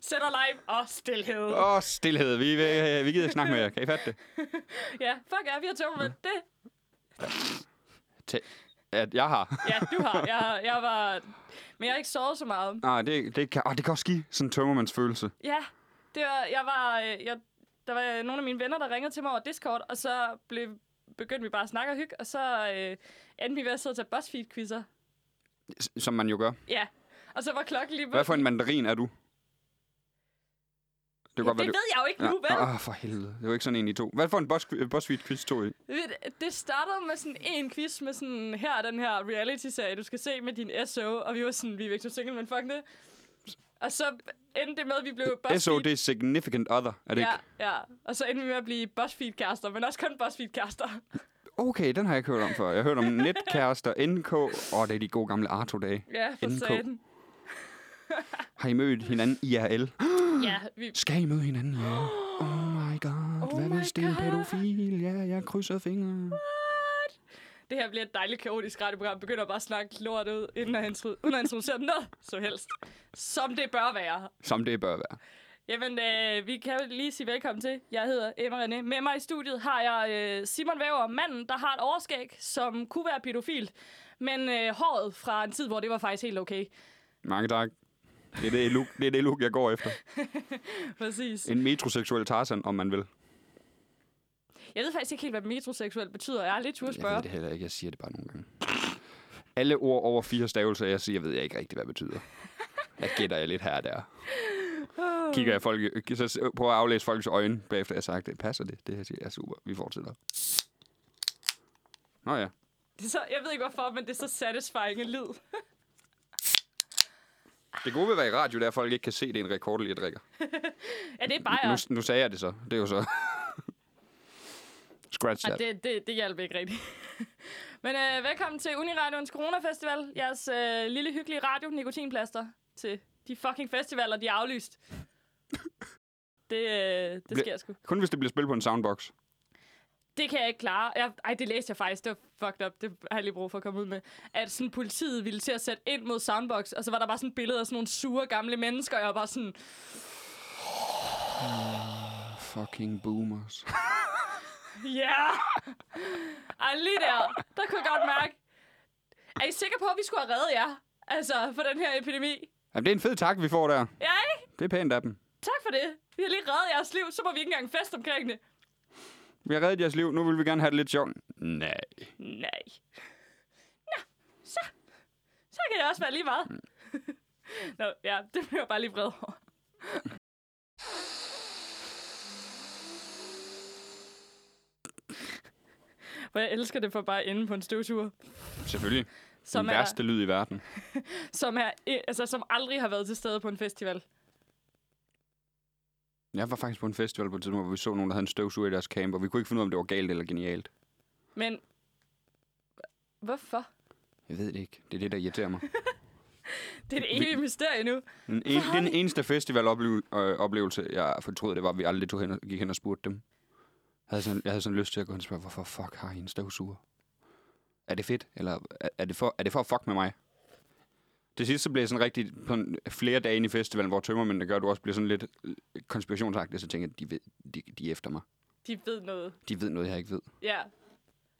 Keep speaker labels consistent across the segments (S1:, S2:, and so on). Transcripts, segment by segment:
S1: Sætter live og stillhed.
S2: Åh, oh, stillhed. Vi, vi, vi gider ikke snakke med jer. Kan I fatte det?
S1: Ja, fuck er vi har tømmermænd. Det,
S2: Tæ- at jeg har.
S1: ja, du har. Jeg, har- jeg var... Men jeg har ikke sovet så meget.
S2: Nej, det, det, kan, oh, det kan også give sådan en tømmermandsfølelse.
S1: Ja, det var, jeg var... øh, Jeg, der var nogle af mine venner, der ringede til mig over Discord, og så blev, begyndte vi bare at snakke og hygge, og så øh, endte vi ved at sidde og tage BuzzFeed-quizzer.
S2: s- Som man jo gør.
S1: Ja, og så var klokken lige...
S2: Hvad for en mandarin er du? Det
S1: det, det ved jeg jo ikke nu, vel?
S2: Åh, for helvede. Det var ikke sådan en i to. Hvad for en BuzzFeed BuzzFeed quiz tog I?
S1: Ved- Det startede med sådan en quiz med sådan, her er den her reality-serie, du skal se med din SO, og vi var sådan, vi er Victor Single, men fuck det. Og så endte det med, at vi blev BuzzFeed.
S2: SO, det er Significant Other, er det
S1: ja,
S2: ikke?
S1: ja. Og så endte vi med at blive BuzzFeed-kærester, men også kun BuzzFeed-kærester.
S2: Okay, den har jeg ikke hørt om før. Jeg har hørt om netkærester, NK. Åh, oh, det er de gode gamle Arto-dage.
S1: Ja, for
S2: NK.
S1: satan.
S2: Har I mødt hinanden IRL?
S1: Ja, vi...
S2: Skal I møde hinanden IRL? Oh my god,
S1: Oh
S2: oh hvad
S1: my
S2: hvis det er en
S1: god.
S2: pædofil? Ja, jeg krydser fingre.
S1: Det her bliver et dejligt kaotisk radioprogram. Begynder bare at snakke lort ud, inden at intro- uden at introducere noget som helst. Som det bør være.
S2: Som det bør være.
S1: Jamen, øh, vi kan jo lige sige velkommen til. Jeg hedder Emma René. Med mig i studiet har jeg øh, Simon Væver, manden, der har et overskæg, som kunne være pædofil. Men øh, håret fra en tid, hvor det var faktisk helt okay.
S2: Mange tak. Det er det look, det er det look jeg går efter.
S1: Præcis.
S2: En metroseksuel Tarzan, om man vil.
S1: Jeg ved faktisk ikke helt, hvad metroseksuel betyder. Jeg er lidt tur at
S2: Jeg ved
S1: spørge.
S2: det heller ikke. Jeg siger det bare nogle gange. Alle ord over fire stavelser, jeg siger, ved jeg ikke rigtig, hvad det betyder. Jeg gætter jeg lidt her og der. Kigger jeg folk, i- så s- prøver jeg at aflæse folks øjne, bagefter jeg har sagt det. Passer det? Det her siger jeg super. Vi fortsætter. Nå ja.
S1: Det er så, jeg ved ikke hvorfor, men det er så satisfying en lyd.
S2: Det gode ved at være i radio, det er, at folk ikke kan se, det er en rekordel, jeg drikker.
S1: Ja, det er bare...
S2: Nu, nu sagde jeg det så. Det er jo så... Scratch
S1: Ja,
S2: that.
S1: det, det, det hjalp ikke rigtigt. Men øh, velkommen til Uniradions Coronafestival. Jeres øh, lille hyggelige radio, Nikotinplaster, til de fucking festivaler, de er aflyst. Det, øh, det
S2: Ble-
S1: sker sgu.
S2: Kun hvis det bliver spillet på en soundbox.
S1: Det kan jeg ikke klare. Jeg, ej, det læste jeg faktisk. Det var fucked up. Det har jeg lige brug for at komme ud med. At sådan, politiet ville til at sætte ind mod Soundbox, og så var der bare sådan et billede af sådan nogle sure gamle mennesker, og jeg var bare sådan,
S2: Fucking boomers.
S1: Ja! Ej, lige der. Der kunne jeg godt mærke. Er I sikre på, at vi skulle have reddet jer? Altså, for den her epidemi?
S2: Jamen, det er en fed tak, vi får der.
S1: Ja, ikke?
S2: Det er pænt af dem.
S1: Tak for det. Vi har lige reddet jeres liv, så må vi ikke engang fest omkring det.
S2: Vi har reddet jeres liv. Nu vil vi gerne have det lidt sjovt. Nej.
S1: Nej. Nå, så. Så kan det også være lige meget. Nå, ja, det bliver jeg bare lige vred over. Hvor jeg elsker det for bare at ende på en støvsuger.
S2: Selvfølgelig.
S1: Som
S2: den
S1: er-
S2: værste lyd i verden.
S1: som, er, altså, som aldrig har været til stede på en festival.
S2: Jeg var faktisk på en festival på et tidspunkt, hvor vi så nogen, der havde en støvsuger i deres camp, og vi kunne ikke finde ud af, om det var galt eller genialt.
S1: Men hvorfor?
S2: Jeg ved det ikke. Det er det, der irriterer mig.
S1: Det er det evige mysterie nu.
S2: Den, en, den eneste festivaloplevelse, jeg fortrød, det var, at vi aldrig tog hen og, gik hen og spurgte dem. Jeg havde, sådan, jeg havde sådan lyst til at gå hen og spørge, hvorfor fuck har I en støvsuger? Er det fedt? Eller er, er, det for, er det for at fuck med mig? Det sidste så blev jeg sådan rigtig sådan flere dage inde i festivalen, hvor tømmermændene gør, at du også bliver sådan lidt øh, konspirationsagtig, så tænker jeg, de, ved, de, de er efter mig.
S1: De ved noget.
S2: De ved noget, jeg ikke ved.
S1: Ja.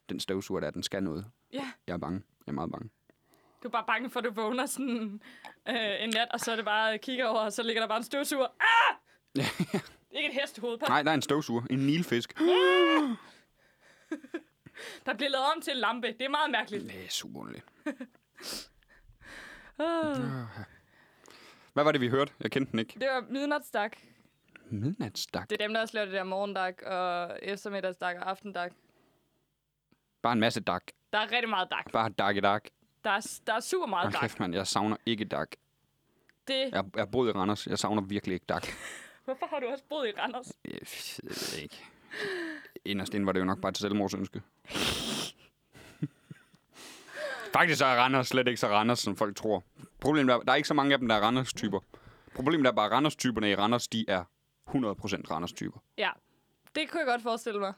S2: Den støvsuger der, den skal noget.
S1: Ja.
S2: Jeg er bange. Jeg er meget bange.
S1: Du er bare bange for, at du vågner sådan øh, en nat, og så er det bare at kigge over, og så ligger der bare en støvsuger. Ah! Ikke et hestehoved. Bare.
S2: Nej, der er en støvsuger. En nilfisk.
S1: Der bliver lavet om til en lampe. Det er meget mærkeligt.
S2: Det er super underligt.
S1: Ah.
S2: Mm-hmm. Hvad var det, vi hørte? Jeg kendte den ikke.
S1: Det var midnatsdak.
S2: Midnatsdak.
S1: Det er dem, der også laver det der morgendak, og eftermiddagsdak og aftendak.
S2: Bare en masse dak.
S1: Der er rigtig meget dak.
S2: Bare dak i dak.
S1: Der er, der er super meget
S2: Hold
S1: dak.
S2: kæft, mand. Jeg savner ikke dak.
S1: Det,
S2: Jeg, jeg boede i Randers. Jeg savner virkelig ikke dak.
S1: Hvorfor har du også boet i Randers?
S2: Jeg ved det ikke. Inderst inden var det jo nok bare til selvmordsønske. Faktisk så er Randers slet ikke så Randers, som folk tror. Problemet er, der er ikke så mange af dem, der er Randers-typer. Problemet er bare, at Randers-typerne i Randers, de er 100% Randers-typer.
S1: Ja, det kunne jeg godt forestille mig.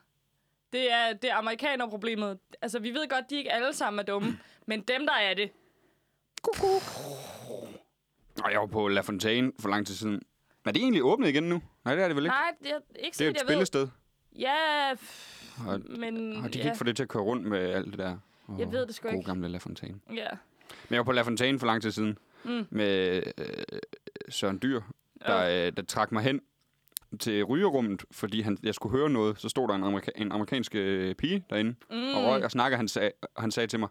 S1: Det er, det er amerikanerproblemet. Altså, vi ved godt, de ikke alle sammen er dumme, men dem, der er det.
S2: Og jeg var på La Fontaine for lang tid siden. Er det egentlig åbnet igen nu? Nej, det er det vel ikke?
S1: Nej, det er ikke
S2: det er
S1: sådan,
S2: jo et
S1: jeg ved.
S2: spillested.
S1: Ja, pff,
S2: Og,
S1: men...
S2: og de kan
S1: ja.
S2: ikke få det til at køre rundt med alt det der. Og
S1: Jeg ved det sgu
S2: gode
S1: ikke.
S2: gamle La Fontaine.
S1: Ja.
S2: Men jeg var på La Fontaine for lang tid siden
S1: Mm.
S2: med øh, Søren Dyr, der, øh, der trak mig hen til rygerummet, fordi han, jeg skulle høre noget. Så stod der en, amerika- en amerikansk øh, pige derinde mm. og røg og snakkede. Han sag, og han sagde til mig,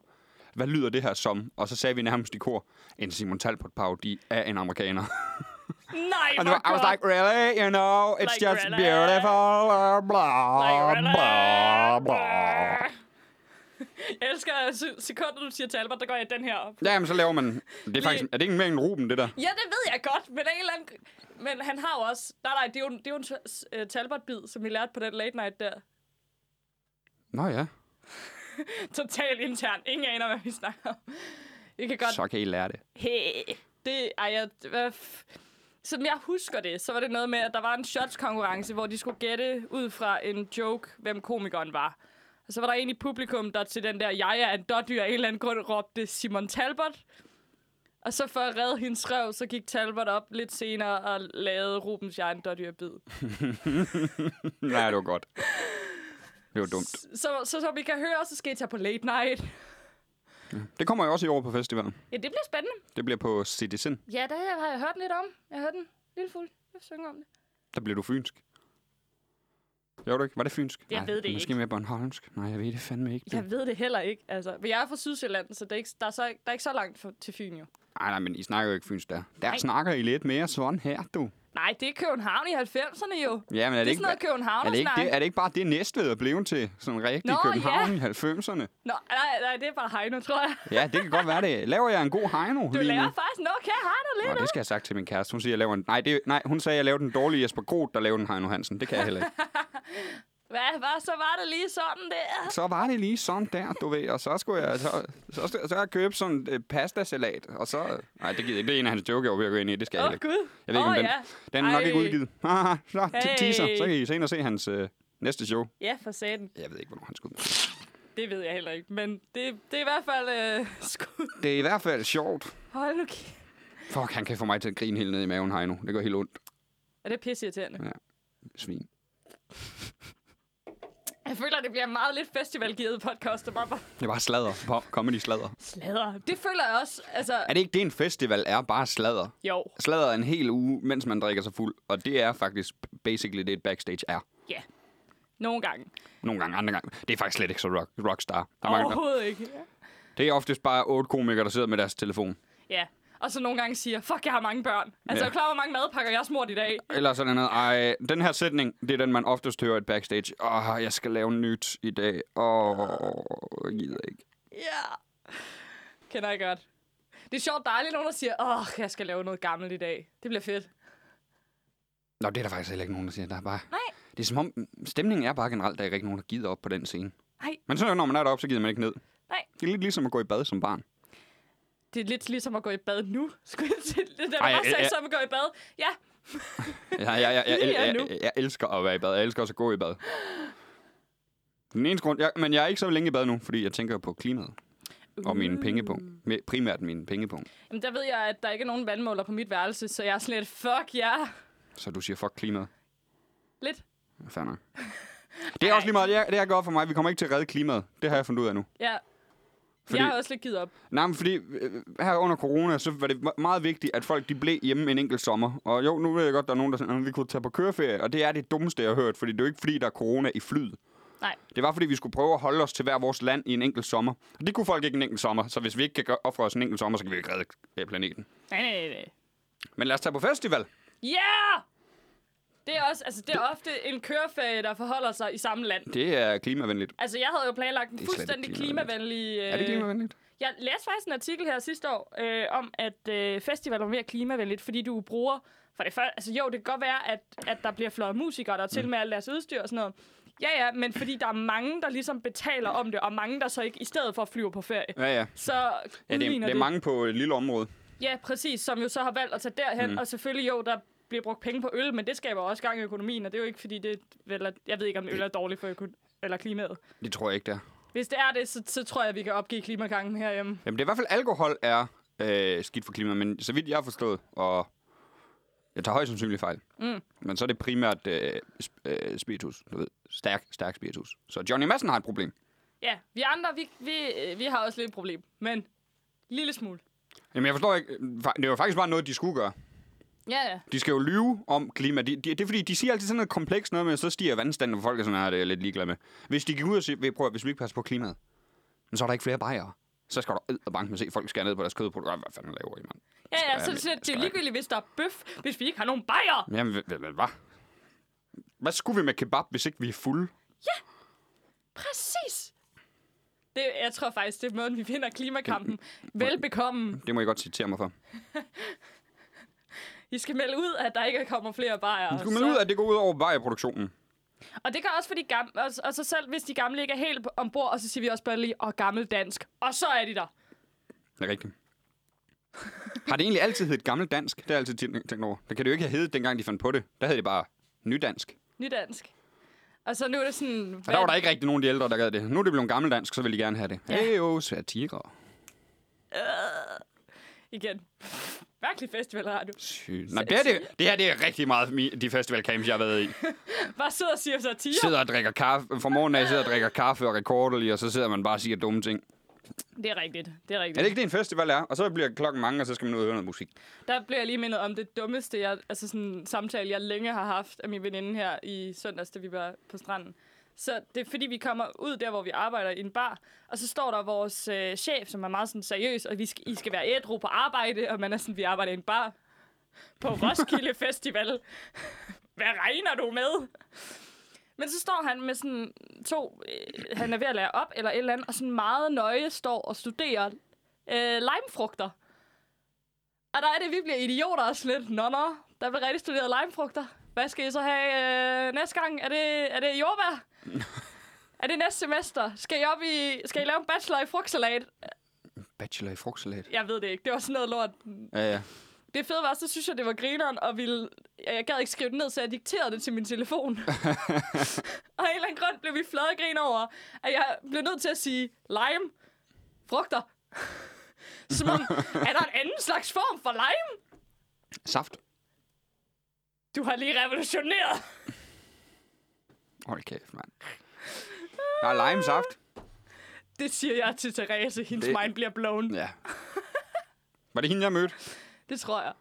S2: hvad lyder det her som? Og så sagde vi nærmest i kor, en Simon Talbot-parodi af en amerikaner.
S1: Oh Nej,
S2: And
S1: hvor
S2: I was
S1: godt.
S2: like, really? You know, it's
S1: Like,
S2: just
S1: really?
S2: beautiful. Blah, blah,
S1: Like,
S2: blah, blah.
S1: Jeg elsker se- sekunder, du siger Talbot, der går jeg den her op.
S2: Jamen, så laver man... Det er, faktisk, er det ikke mere en Ruben, det der?
S1: Ja, det ved jeg godt, men, af en eller anden... men han har jo også... Nej, nej, det er jo, en- det er jo en t- øh, Talbot-bid, som vi lærte på den late night der.
S2: Nå ja,
S1: Totalt intern. Ingen aner, hvad vi snakker om. Jeg kan godt...
S2: så kan I lære det.
S1: Hey. Det, ej, jeg, hvad f... Som jeg husker det, så var det noget med, at der var en shots-konkurrence, hvor de skulle gætte ud fra en joke, hvem komikeren var. Og så var der en i publikum, der til den der, jeg er en dårdyr, af en eller anden grund råbte Simon Talbot. Og så for at redde hendes røv, så gik Talbot op lidt senere og lavede Rubens Jeg er en dårdyr bid.
S2: Nej, det var godt. Det var dumt.
S1: Så, så som I kan høre, så skal I tage på late night.
S2: Det kommer jo også i år på festivalen.
S1: Ja, det bliver spændende.
S2: Det bliver på Citizen.
S1: Ja, det har jeg hørt lidt om. Jeg har hørt den lille fuld. Jeg synger om det.
S2: Der bliver du fynsk. Gjorde du ikke? Var det fynsk?
S1: Jeg
S2: Nej,
S1: ved det
S2: måske
S1: ikke.
S2: mere Bornholmsk. Nej, jeg ved det fandme ikke.
S1: Jeg ved det heller ikke, altså. Men jeg er fra Sydsjælland, så, det er ikke, der, er så der er ikke så langt for, til Fyn, jo.
S2: Nej, nej, men I snakker jo ikke fynsk der. Der
S1: Nej.
S2: snakker I lidt mere sådan her, du.
S1: Nej, det er København i 90'erne, jo. Er
S2: Ja,
S1: det,
S2: men er det,
S1: er
S2: ikke...
S1: sådan noget københavn
S2: er det, ikke det, er det ikke bare det, Næstved er blevet til? Sådan rigtig
S1: Nå,
S2: København i 90'erne.
S1: Nå, nej, nej, det er bare Heino, tror jeg.
S2: Ja, det kan godt være det. Laver jeg en god Heino
S1: Du
S2: lige nu?
S1: lærer faktisk nok her Heino lidt.
S2: Nå, det skal jeg have sagt til min kæreste. Hun siger, jeg laver en... Nej, det... Nej hun sagde, jeg laver den dårlige Jesper Groth, der laver den Heino Hansen. Det kan jeg heller ikke.
S1: Hvad, hvad, så var det lige sådan der?
S2: Så var det lige sådan der, du ved. Og så skulle jeg, så, så, så, så jeg købe sådan en øh, pastasalat. Og så... Nej, det gider jeg ikke. Det er en af hans joke, jeg var ved at gå ind i. Det skal jeg
S1: Åh,
S2: heller
S1: oh,
S2: ikke.
S1: Gud.
S2: Jeg ved ikke,
S1: Åh,
S2: om den,
S1: ja.
S2: den er nok ikke
S1: Ej.
S2: udgivet. Haha, så,
S1: Hey.
S2: hey. teaser. Så kan I senere se hans øh, næste show.
S1: Ja, for satan.
S2: Jeg ved ikke, hvornår han skal ud.
S1: Det ved jeg heller ikke, men det, det er i hvert fald øh, skud.
S2: Det er i hvert fald sjovt.
S1: Hold nu kæft.
S2: Fuck, han kan få mig til at grine helt ned i maven, Heino. Det gør helt ondt.
S1: Er det pisseirriterende?
S2: Svin.
S1: Jeg føler, det bliver en meget lidt festivalgivet podcast. Der bare, bare
S2: Det er bare sladder. Po- Comedy sladder.
S1: slader. Det føler jeg også. Altså,
S2: Er det ikke det, en festival er? Bare sladder.
S1: jo.
S2: Sladder en hel uge, mens man drikker sig fuld. Og det er faktisk basically det, et backstage er.
S1: Ja. Nogle gange.
S2: Nogle gange, andre gange. Det er faktisk slet ikke så rock, rockstar. Der er mange, der-
S1: Overhovedet ikke.
S2: det er oftest bare otte komikere, der sidder med deres telefon.
S1: Ja, og så nogle gange siger, fuck, jeg har mange børn. Altså,
S2: Ja.
S1: ja. klar, hvor mange madpakker jeg har smurt i dag.
S2: Eller sådan noget. Ej, den her sætning, det er den, man oftest hører et backstage. Åh, oh, jeg skal lave nyt i dag. Åh, oh, jeg gider ikke.
S1: Ja. Kender jeg godt. Det er sjovt dejligt, nogen der siger, åh, jeg skal lave noget gammelt i dag. Det bliver fedt.
S2: Nå, det er der faktisk heller ikke nogen, der siger. Der er bare...
S1: Nej.
S2: Det er som om, stemningen er bare generelt, der er ikke nogen, der gider op på den scene.
S1: Nej.
S2: Men så når man er deroppe, så gider man ikke ned.
S1: Nej.
S2: Det er lidt ligesom at gå i bad som barn.
S1: Det er lidt ligesom at gå i bad nu. Skulle jeg til det der,
S2: Ej,
S1: bare
S2: ja,
S1: sagde,
S2: ja.
S1: som at gå i bad. Ja,
S2: Jeg, jeg, jeg, jeg,
S1: Lige
S2: jeg,
S1: nu.
S2: jeg, jeg elsker at være i bad. Jeg elsker også at gå i bad. Den eneste grund... Jeg, men jeg er ikke så længe i bad nu, fordi jeg tænker på klimaet. Og min pengepunkt.
S1: Uh.
S2: Me- Primært min pengepunkt.
S1: Jamen, der ved jeg, at der ikke er nogen vandmåler på mit værelse, så jeg er slet, fuck ja. Yeah.
S2: Så du siger, fuck klimaet.
S1: Lidt.
S2: Fair nok. Det er også lige meget, det er, det er godt for mig. Vi kommer ikke til at redde klimaet. Det har jeg fundet ud af nu.
S1: Ja. Fordi...
S2: Fordi-
S1: Jeg har også lidt givet op.
S2: Nej, men fordi øh, her under corona, så var det me- meget vigtigt, at folk de blev hjemme en enkelt sommer. Og jo, nu ved jeg godt, der er nogen, der siger, at vi kunne tage på køreferie, og det er det dummeste, jeg har hørt, fordi det er jo ikke fordi, der er corona i flyet.
S1: Nej.
S2: Det var fordi, vi skulle prøve at holde os til hver vores land i en enkelt sommer. Og det kunne folk ikke en enkelt sommer, så hvis vi ikke kan gøre- ofre os en enkelt sommer, så kan vi ikke redde øh, planeten.
S1: Nej, nej, nej, nej.
S2: Men lad os tage på festival.
S1: Ja! Yeah! Det er også, altså det er ofte en køreferie, der forholder sig i samme land.
S2: Det er klimavenligt.
S1: Altså, jeg havde jo planlagt en
S2: Det er slet ikke
S1: fuldstændig
S2: klimavenligt.
S1: klimavenlig... Øh,
S2: Er det klimavenligt?
S1: Jeg læste faktisk en artikel her sidste år, øh, om at øh, festivaler var mere klimavenligt, fordi du bruger... For det første, altså jo, det kan godt være, at, at der bliver fløjet musikere, der er
S2: Mm.
S1: til med alt deres udstyr og sådan noget. Ja, ja, men fordi der er mange, der ligesom betaler om det, og mange, der så ikke i stedet for flyver på ferie.
S2: Ja, ja.
S1: Så
S2: ja det, er,
S1: udligner
S2: det er mange på et lille område.
S1: Ja, præcis, som jo så har valgt at tage derhen, mm. og selvfølgelig jo, der bliver brugt penge på øl, men det skaber også gang i økonomien, og det er jo ikke fordi, det vel er, jeg ved ikke, om øl er dårligt for øko- eller klimaet.
S2: Det tror jeg ikke, der.
S1: Hvis det er det, så, så tror jeg, vi kan opgive klimagangen herhjemme.
S2: Jamen, det er i hvert fald alkohol er øh, skidt for klimaet, men så vidt jeg har forstået, og jeg tager højst sandsynligt fejl,
S1: Mm.
S2: men så er det primært øh, sp- øh, spiritus, du ved, stærk, stærk spiritus. Så Johnny Madsen har et problem.
S1: Ja, vi andre, vi, vi, øh, vi har også lidt et problem. Men lille smule.
S2: Jamen, jeg forstår ikke, øh, fa- det var faktisk bare noget, de skulle gøre.
S1: Ja, ja.
S2: De skal jo lyve om klima. De, de, det er fordi, de siger altid sådan noget komplekst noget med, så stiger vandstanden, og folk er sådan her, det er jeg lidt ligeglad med. Hvis de gik ud og siger, "Vi- prøv at, hvis vi ikke passer på klimaet, men så er der ikke flere bajere. Så skal du og banke med at se, folk skærer ned på deres kødprodukter. Hvad fanden laver I, mand?
S1: Ja, ja, så
S2: Skal
S1: det,
S2: jeg-
S1: det, det er
S2: skal jeg-
S1: ligegyldigt, hvis der er bøf, hvis vi ikke har nogen bajer.
S2: Jamen, hvad, hvad, hvad? Hvad skulle vi med kebab, hvis ikke vi er fulde?
S1: Præcis! Det, jeg tror faktisk, det er måden, vi vinder klimakampen. Velbekomme.
S2: Det må I godt citere mig for.
S1: I skal melde ud, at der ikke kommer flere bajere.
S2: Du kan melde ud, at det går ud over bajerproduktionen.
S1: Og det gør også, fordi gamle, og, og så selv hvis de gamle ikke er helt på- ombord, og så siger vi også bare lige, og gammel dansk. Og så er de der.
S2: Det er rigtigt. Har det egentlig altid heddet gammel dansk? Det har jeg altid tænkt tænkt over. Det kan det jo ikke have heddet, dengang de fandt på det. Der hed det bare nydansk.
S1: Nydansk. Og så nu er det sådan...
S2: Og der var der ikke rigtig nogen af de ældre, der gad det. Nu er det blevet gammeldansk, så vil de gerne have det. Ja. Hey, oh, satire.
S1: Øh, Igen. Virkelig festivalradio.
S2: Sygt. Nej, det, er det, det her det er rigtig meget mi- de festivalcamps, jeg har været i.
S1: Bare sidder og siger satire.
S2: Sidder og drikker kaffe. For morgenen af sidder og drikker kaffe og rekorderlig, og så sidder man bare og siger dumme ting.
S1: Det er rigtigt. Det er
S2: Er
S1: rigtigt.
S2: det ikke det, en festival er? Og så bliver klokken mange, og så skal man ud og høre noget musik.
S1: Der blev jeg lige mindet om det dummeste jeg, altså sådan, samtale, jeg længe har haft af min veninde her i søndags, da vi var på stranden. Så det er fordi, vi kommer ud der, hvor vi arbejder i en bar, og så står der vores øh, chef, som er meget sådan seriøs, og vi skal, I skal være ædru på arbejde, og man er sådan, vi arbejder i en bar på Roskilde Festival. Hvad regner du med? Men så står han med sådan to, øh, han er ved at lære op eller et eller andet, og sådan meget nøje står og studerer øh, limefrugter. Og der er det, vi bliver idioter og lidt. Nå, nå, der bliver rigtig studeret limefrugter. Hvad skal I så have øh, næste gang? Er det, er det jordbær? er det næste semester? Skal I, op i, skal I lave en bachelor i frugtsalat?
S2: Bachelor i frugtsalat.
S1: Jeg ved det ikke. Det var sådan noget lort.
S2: Ja, ja.
S1: Det fede var, så synes jeg, det var grineren, og ville, ja, jeg gad ikke skrive det ned, så jeg dikterede det til min telefon. og af en eller anden grund blev vi flade grin over, at jeg blev nødt til at sige lime, frugter. Som om, er der en anden slags form for lime?
S2: Saft.
S1: Du har lige revolutioneret.
S2: Hold kæft, mand. Der er limesaft.
S1: Det siger jeg til Therese. Hendes det...
S2: Det-
S1: mind bliver blown.
S2: Ja. Var det hende, jeg mødte?
S1: Det tror jeg.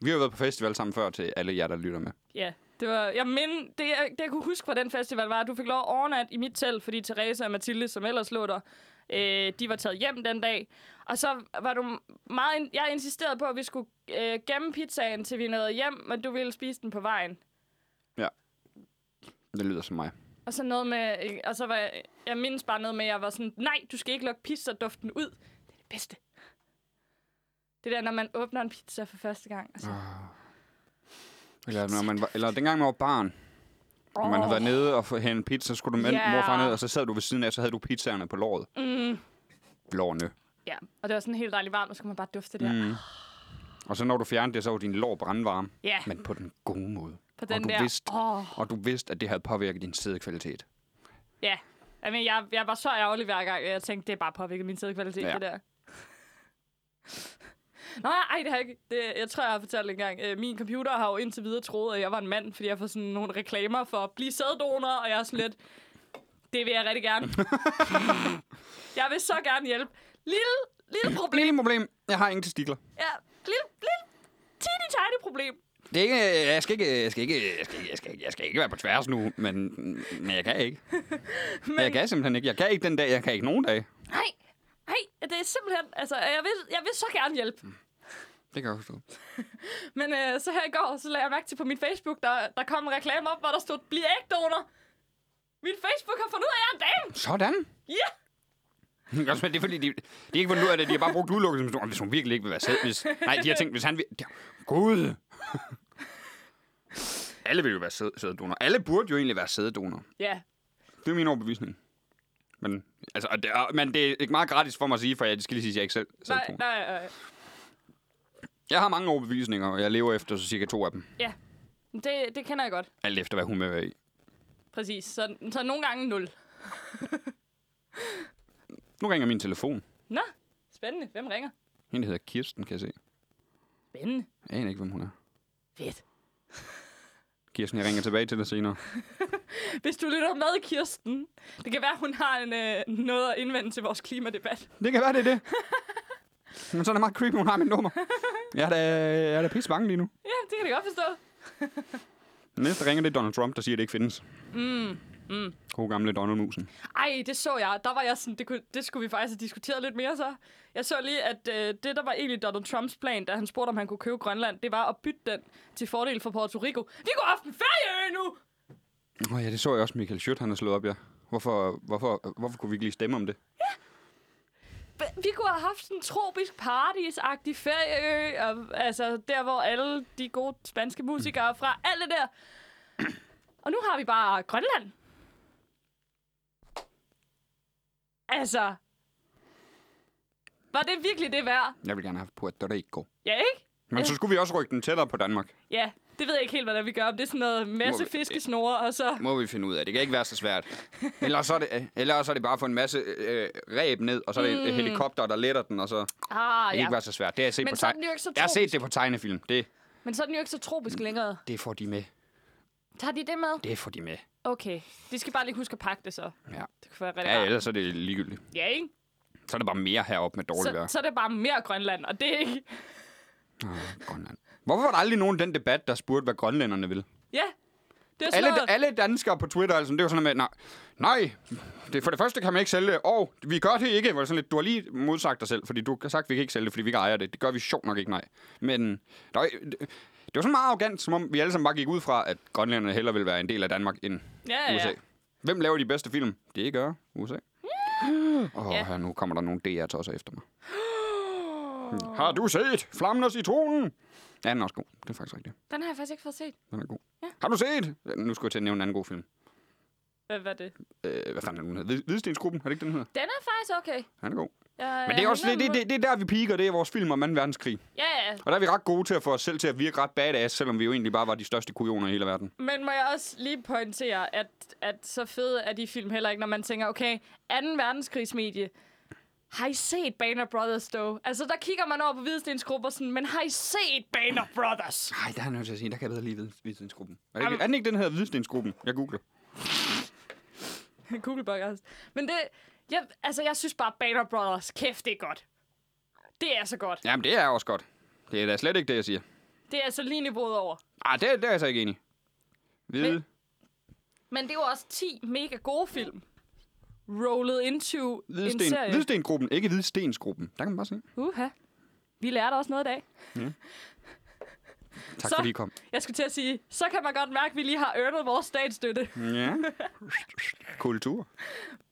S2: Vi har jo været på festival sammen før til alle jer, der lytter med.
S1: Ja. Det var, jeg men det, jeg, det, jeg kunne huske fra den festival, var, at du fik lov at overnatte i mit telt, fordi Therese og Mathilde, som ellers lå der, øh, de var taget hjem den dag. Og så var du meget... In, jeg insisterede på, at vi skulle øh, gemme pizzaen, til vi nåede hjem, men du ville spise den på vejen.
S2: Det lyder som mig.
S1: Og så noget med... øh, Og så var jeg, jeg mindes bare noget med, at jeg var sådan, nej, du skal ikke lukke pizzaduften ud. Det er det bedste. Det der, når man åbner en pizza for første gang. Og så,
S2: Ah, Eller, når man var, eller dengang man var barn, og man havde været nede og få- hente pizza, så skulle du med
S1: Ja.
S2: yeah. morfar ned, og så sad du ved siden af, så havde du pizzaerne på låret. Mm. Lårene.
S1: Ja, og det var sådan helt dejligt varmt, og så kunne man bare dufte det der. Mm.
S2: Og så når du fjernede det, så var din lår brandvarme.
S1: Ja.
S2: Men på den gode måde.
S1: På den
S2: og, du
S1: der-
S2: Vidste,
S1: Åh.
S2: og du vidste, at det havde påvirket din sædekvalitet.
S1: Ja, I mean, jeg, jeg var så ærgerlig hver gang, at jeg tænkte, det er bare påvirket min sædkvalitet, ja.
S2: Ja.
S1: det der. Nå, ej, det har jeg ikke. Det, jeg tror, jeg har fortalt en gang. Øh, min computer har jo indtil videre troet, at jeg var en mand, fordi jeg får sådan nogle reklamer for at blive sæddonor, og jeg er sådan lidt, det vil jeg rigtig gerne. jeg vil så gerne hjælpe. Lille, lille problem.
S2: Lille problem. Jeg har ingen testikler.
S1: Ja, lille, lille, tiny, tiny problem.
S2: Det er ikke, jeg skal ikke, jeg skal ikke, jeg skal ikke, jeg skal ikke, jeg skal ikke være på tværs nu, men, men jeg kan ikke. men... Jeg kan simpelthen ikke. Jeg kan ikke den dag, jeg kan ikke nogen dag.
S1: Nej, nej, det er simpelthen, altså, jeg vil, jeg vil så gerne hjælpe.
S2: Det kan jeg forstå.
S1: Men øh, så her i går, så lagde jeg mærke til på min Facebook, der, der kom en reklame op, hvor der stod, bliv ægdonor. Min Facebook har fundet ud af, at jeg er en dame.
S2: Sådan.
S1: Ja,
S2: Godt, men det er fordi, de, de er ikke fundet ud af det. De har bare brugt udelukket som sådan, "Åh, hvis hun virkelig ikke vil være sæd. Hvis, nej, de har tænkt, hvis han vil... Ja, Gud! Alle vil jo være sæd, sæddonor. Alle burde jo egentlig være sæddonor.
S1: ja.
S2: Det er min overbevisning. Men, altså, og det, og, men det er ikke meget gratis for mig at sige, for jeg det skal lige sige, at jeg ikke selv er
S1: Nej,
S2: sæddonor.
S1: nej, nej.
S2: Jeg har mange overbevisninger, og jeg lever efter så cirka to af dem.
S1: Ja, det, det kender jeg godt.
S2: Alt efter, hvad hun vil være i.
S1: Præcis. Så, så nogle gange nul.
S2: Nu ringer min telefon.
S1: Nå, Spændende. Hvem ringer?
S2: Hende hedder Kirsten, kan jeg se.
S1: Spændende.
S2: Jeg aner ikke, hvem hun er.
S1: Fedt.
S2: Kirsten, jeg ringer tilbage til dig senere.
S1: Hvis du lytter med, Kirsten, det kan være, hun har en, øh, noget at indvende til vores klimadebat.
S2: Det kan være, det er det. Men så er det meget creepy, hun har mit nummer. Jeg er da, jeg er da pisse bange lige nu.
S1: Ja, det kan jeg godt forstå.
S2: Næste ringer, det er Donald Trump, der siger, at det ikke findes.
S1: Mm. Mm.
S2: God gamle Donald Musen.
S1: Ej, det så jeg. Der var jeg sådan, det, kunne, det skulle vi faktisk have diskuteret lidt mere så. Jeg så lige, at øh, det, der var egentlig Donald Trumps plan, da han spurgte, om han kunne købe Grønland, det var at bytte den til fordel for Puerto Rico. Vi går aften ferie øh, nu!
S2: Åh oh, ja, det så jeg også, Michael Schutt, han har slået op, ja. Hvorfor, hvorfor, hvorfor kunne vi ikke lige stemme om det?
S1: B- Vi kunne have haft sådan en tropisk paradisagtig ferieø, og, altså der, hvor alle de gode spanske musikere er fra, alt det der. Og nu har vi bare Grønland. Altså, var det virkelig det værd?
S2: Jeg vil gerne have Puerto Rico.
S1: Ja, ikke?
S2: Men så skulle vi også rykke den tættere på Danmark.
S1: Ja, det ved jeg ikke helt, hvordan vi gør. Om det er sådan noget masse
S2: Må vi-
S1: fiskesnore, og så...
S2: Må vi finde ud af. Det kan ikke være så svært. Ellers så er det, ellers så er det bare at få en masse øh, ræb ned, og så er det mm. helikopter, der letter den, og så... Det
S1: Ah,
S2: kan
S1: ja.
S2: ikke være så svært. Det har jeg set
S1: Men
S2: på
S1: så er den jo ikke så
S2: Jeg har set
S1: tropisk.
S2: det på tegnefilm. Det,
S1: Men så er den jo ikke så tropisk længere.
S2: det får de med.
S1: Tager de det med?
S2: Det får de med.
S1: Okay. De skal bare lige huske at pakke det så.
S2: Ja.
S1: Det kunne være rigtig
S2: Ja,
S1: rart.
S2: ellers er det ligegyldigt.
S1: Ja, ikke?
S2: Så er det bare mere heroppe med dårligt
S1: så,
S2: vejr.
S1: så er det bare mere Grønland, og det er ikke...
S2: Ah, Grønland. Hvorfor var der aldrig nogen i den debat, der spurgte, hvad grønlænderne vil?
S1: Ja, det er sådan
S2: Alle,
S1: noget.
S2: alle danskere på Twitter, altså, det var sådan noget med, nej, nej det, for det første kan man ikke sælge det, og vi gør det ikke. Hvor det sådan lidt, du har lige modsagt dig selv, fordi du har sagt, at vi kan ikke sælge det, fordi vi ikke ejer det. Det gør vi sjovt nok ikke, nej. Men der, var- det, det var sådan meget arrogant, som om vi alle sammen bare gik ud fra, at grønlænderne hellere ville være en del af Danmark end
S1: Ja, ja.
S2: USA. Hvem laver de bedste film? Det gør USA. Åh, oh, ja. nu kommer der nogle DR-tosser efter mig. Mm. Har du set Flammen og Citronen? Ja, den er også god. Det er faktisk rigtigt.
S1: Den har jeg faktisk ikke fået set.
S2: Den er god.
S1: Ja.
S2: Ja. Har du set? Nu skulle jeg til at nævne en anden god film.
S1: Hvad var det?
S2: Øh, hvad fanden er den hedder? Hvid- Hvidstensgruppen, er det ikke den hedder?
S1: Den er faktisk okay.
S2: Han er god.
S1: Jeg,
S2: Men det er også det, det, det, det er der, vi piker, det er vores film om 2. verdenskrig.
S1: Ja, ja.
S2: Og der er vi ret gode til at få os selv til at virke ret badass, selvom vi jo egentlig bare var de største kujoner i hele verden.
S1: Men må jeg også lige pointere, at, at så fede er de film heller ikke, når man tænker, okay, 2. verdenskrigsmedie, har I set Banner Brothers, dog? Altså, der kigger man over på Hvidestensgrupper sådan, men har I set Banner Brothers?
S2: Nej, der er jeg nødt til at sige, der kan jeg bedre lide Hvid- Hvidstensgruppen. Er, det ikke, er den ikke den hedder Hvidstensgruppen? Jeg googler.
S1: Google podcast. Men det, jeg, altså, jeg synes bare, Banner Brothers, kæft, det er godt. Det er så godt.
S2: Jamen, det er også godt. Det er da slet ikke det, jeg siger.
S1: Det er altså lige niveauet over.
S2: Ah, det, det er jeg så ikke enig. i. Hvide.
S1: Men- Men det er jo også 10 mega gode film. Rollet into en
S2: Hvidsten,
S1: serie.
S2: Hvidstengruppen, ikke Hvidstensgruppen. Der kan man bare se.
S1: Uha. Vi lærte også noget i dag.
S2: Tak
S1: Så-
S2: så. fordi I kom.
S1: Jeg skulle til at sige, så kan man godt mærke, at vi lige har ørnet vores statsstøtte.
S2: Ja. Kultur.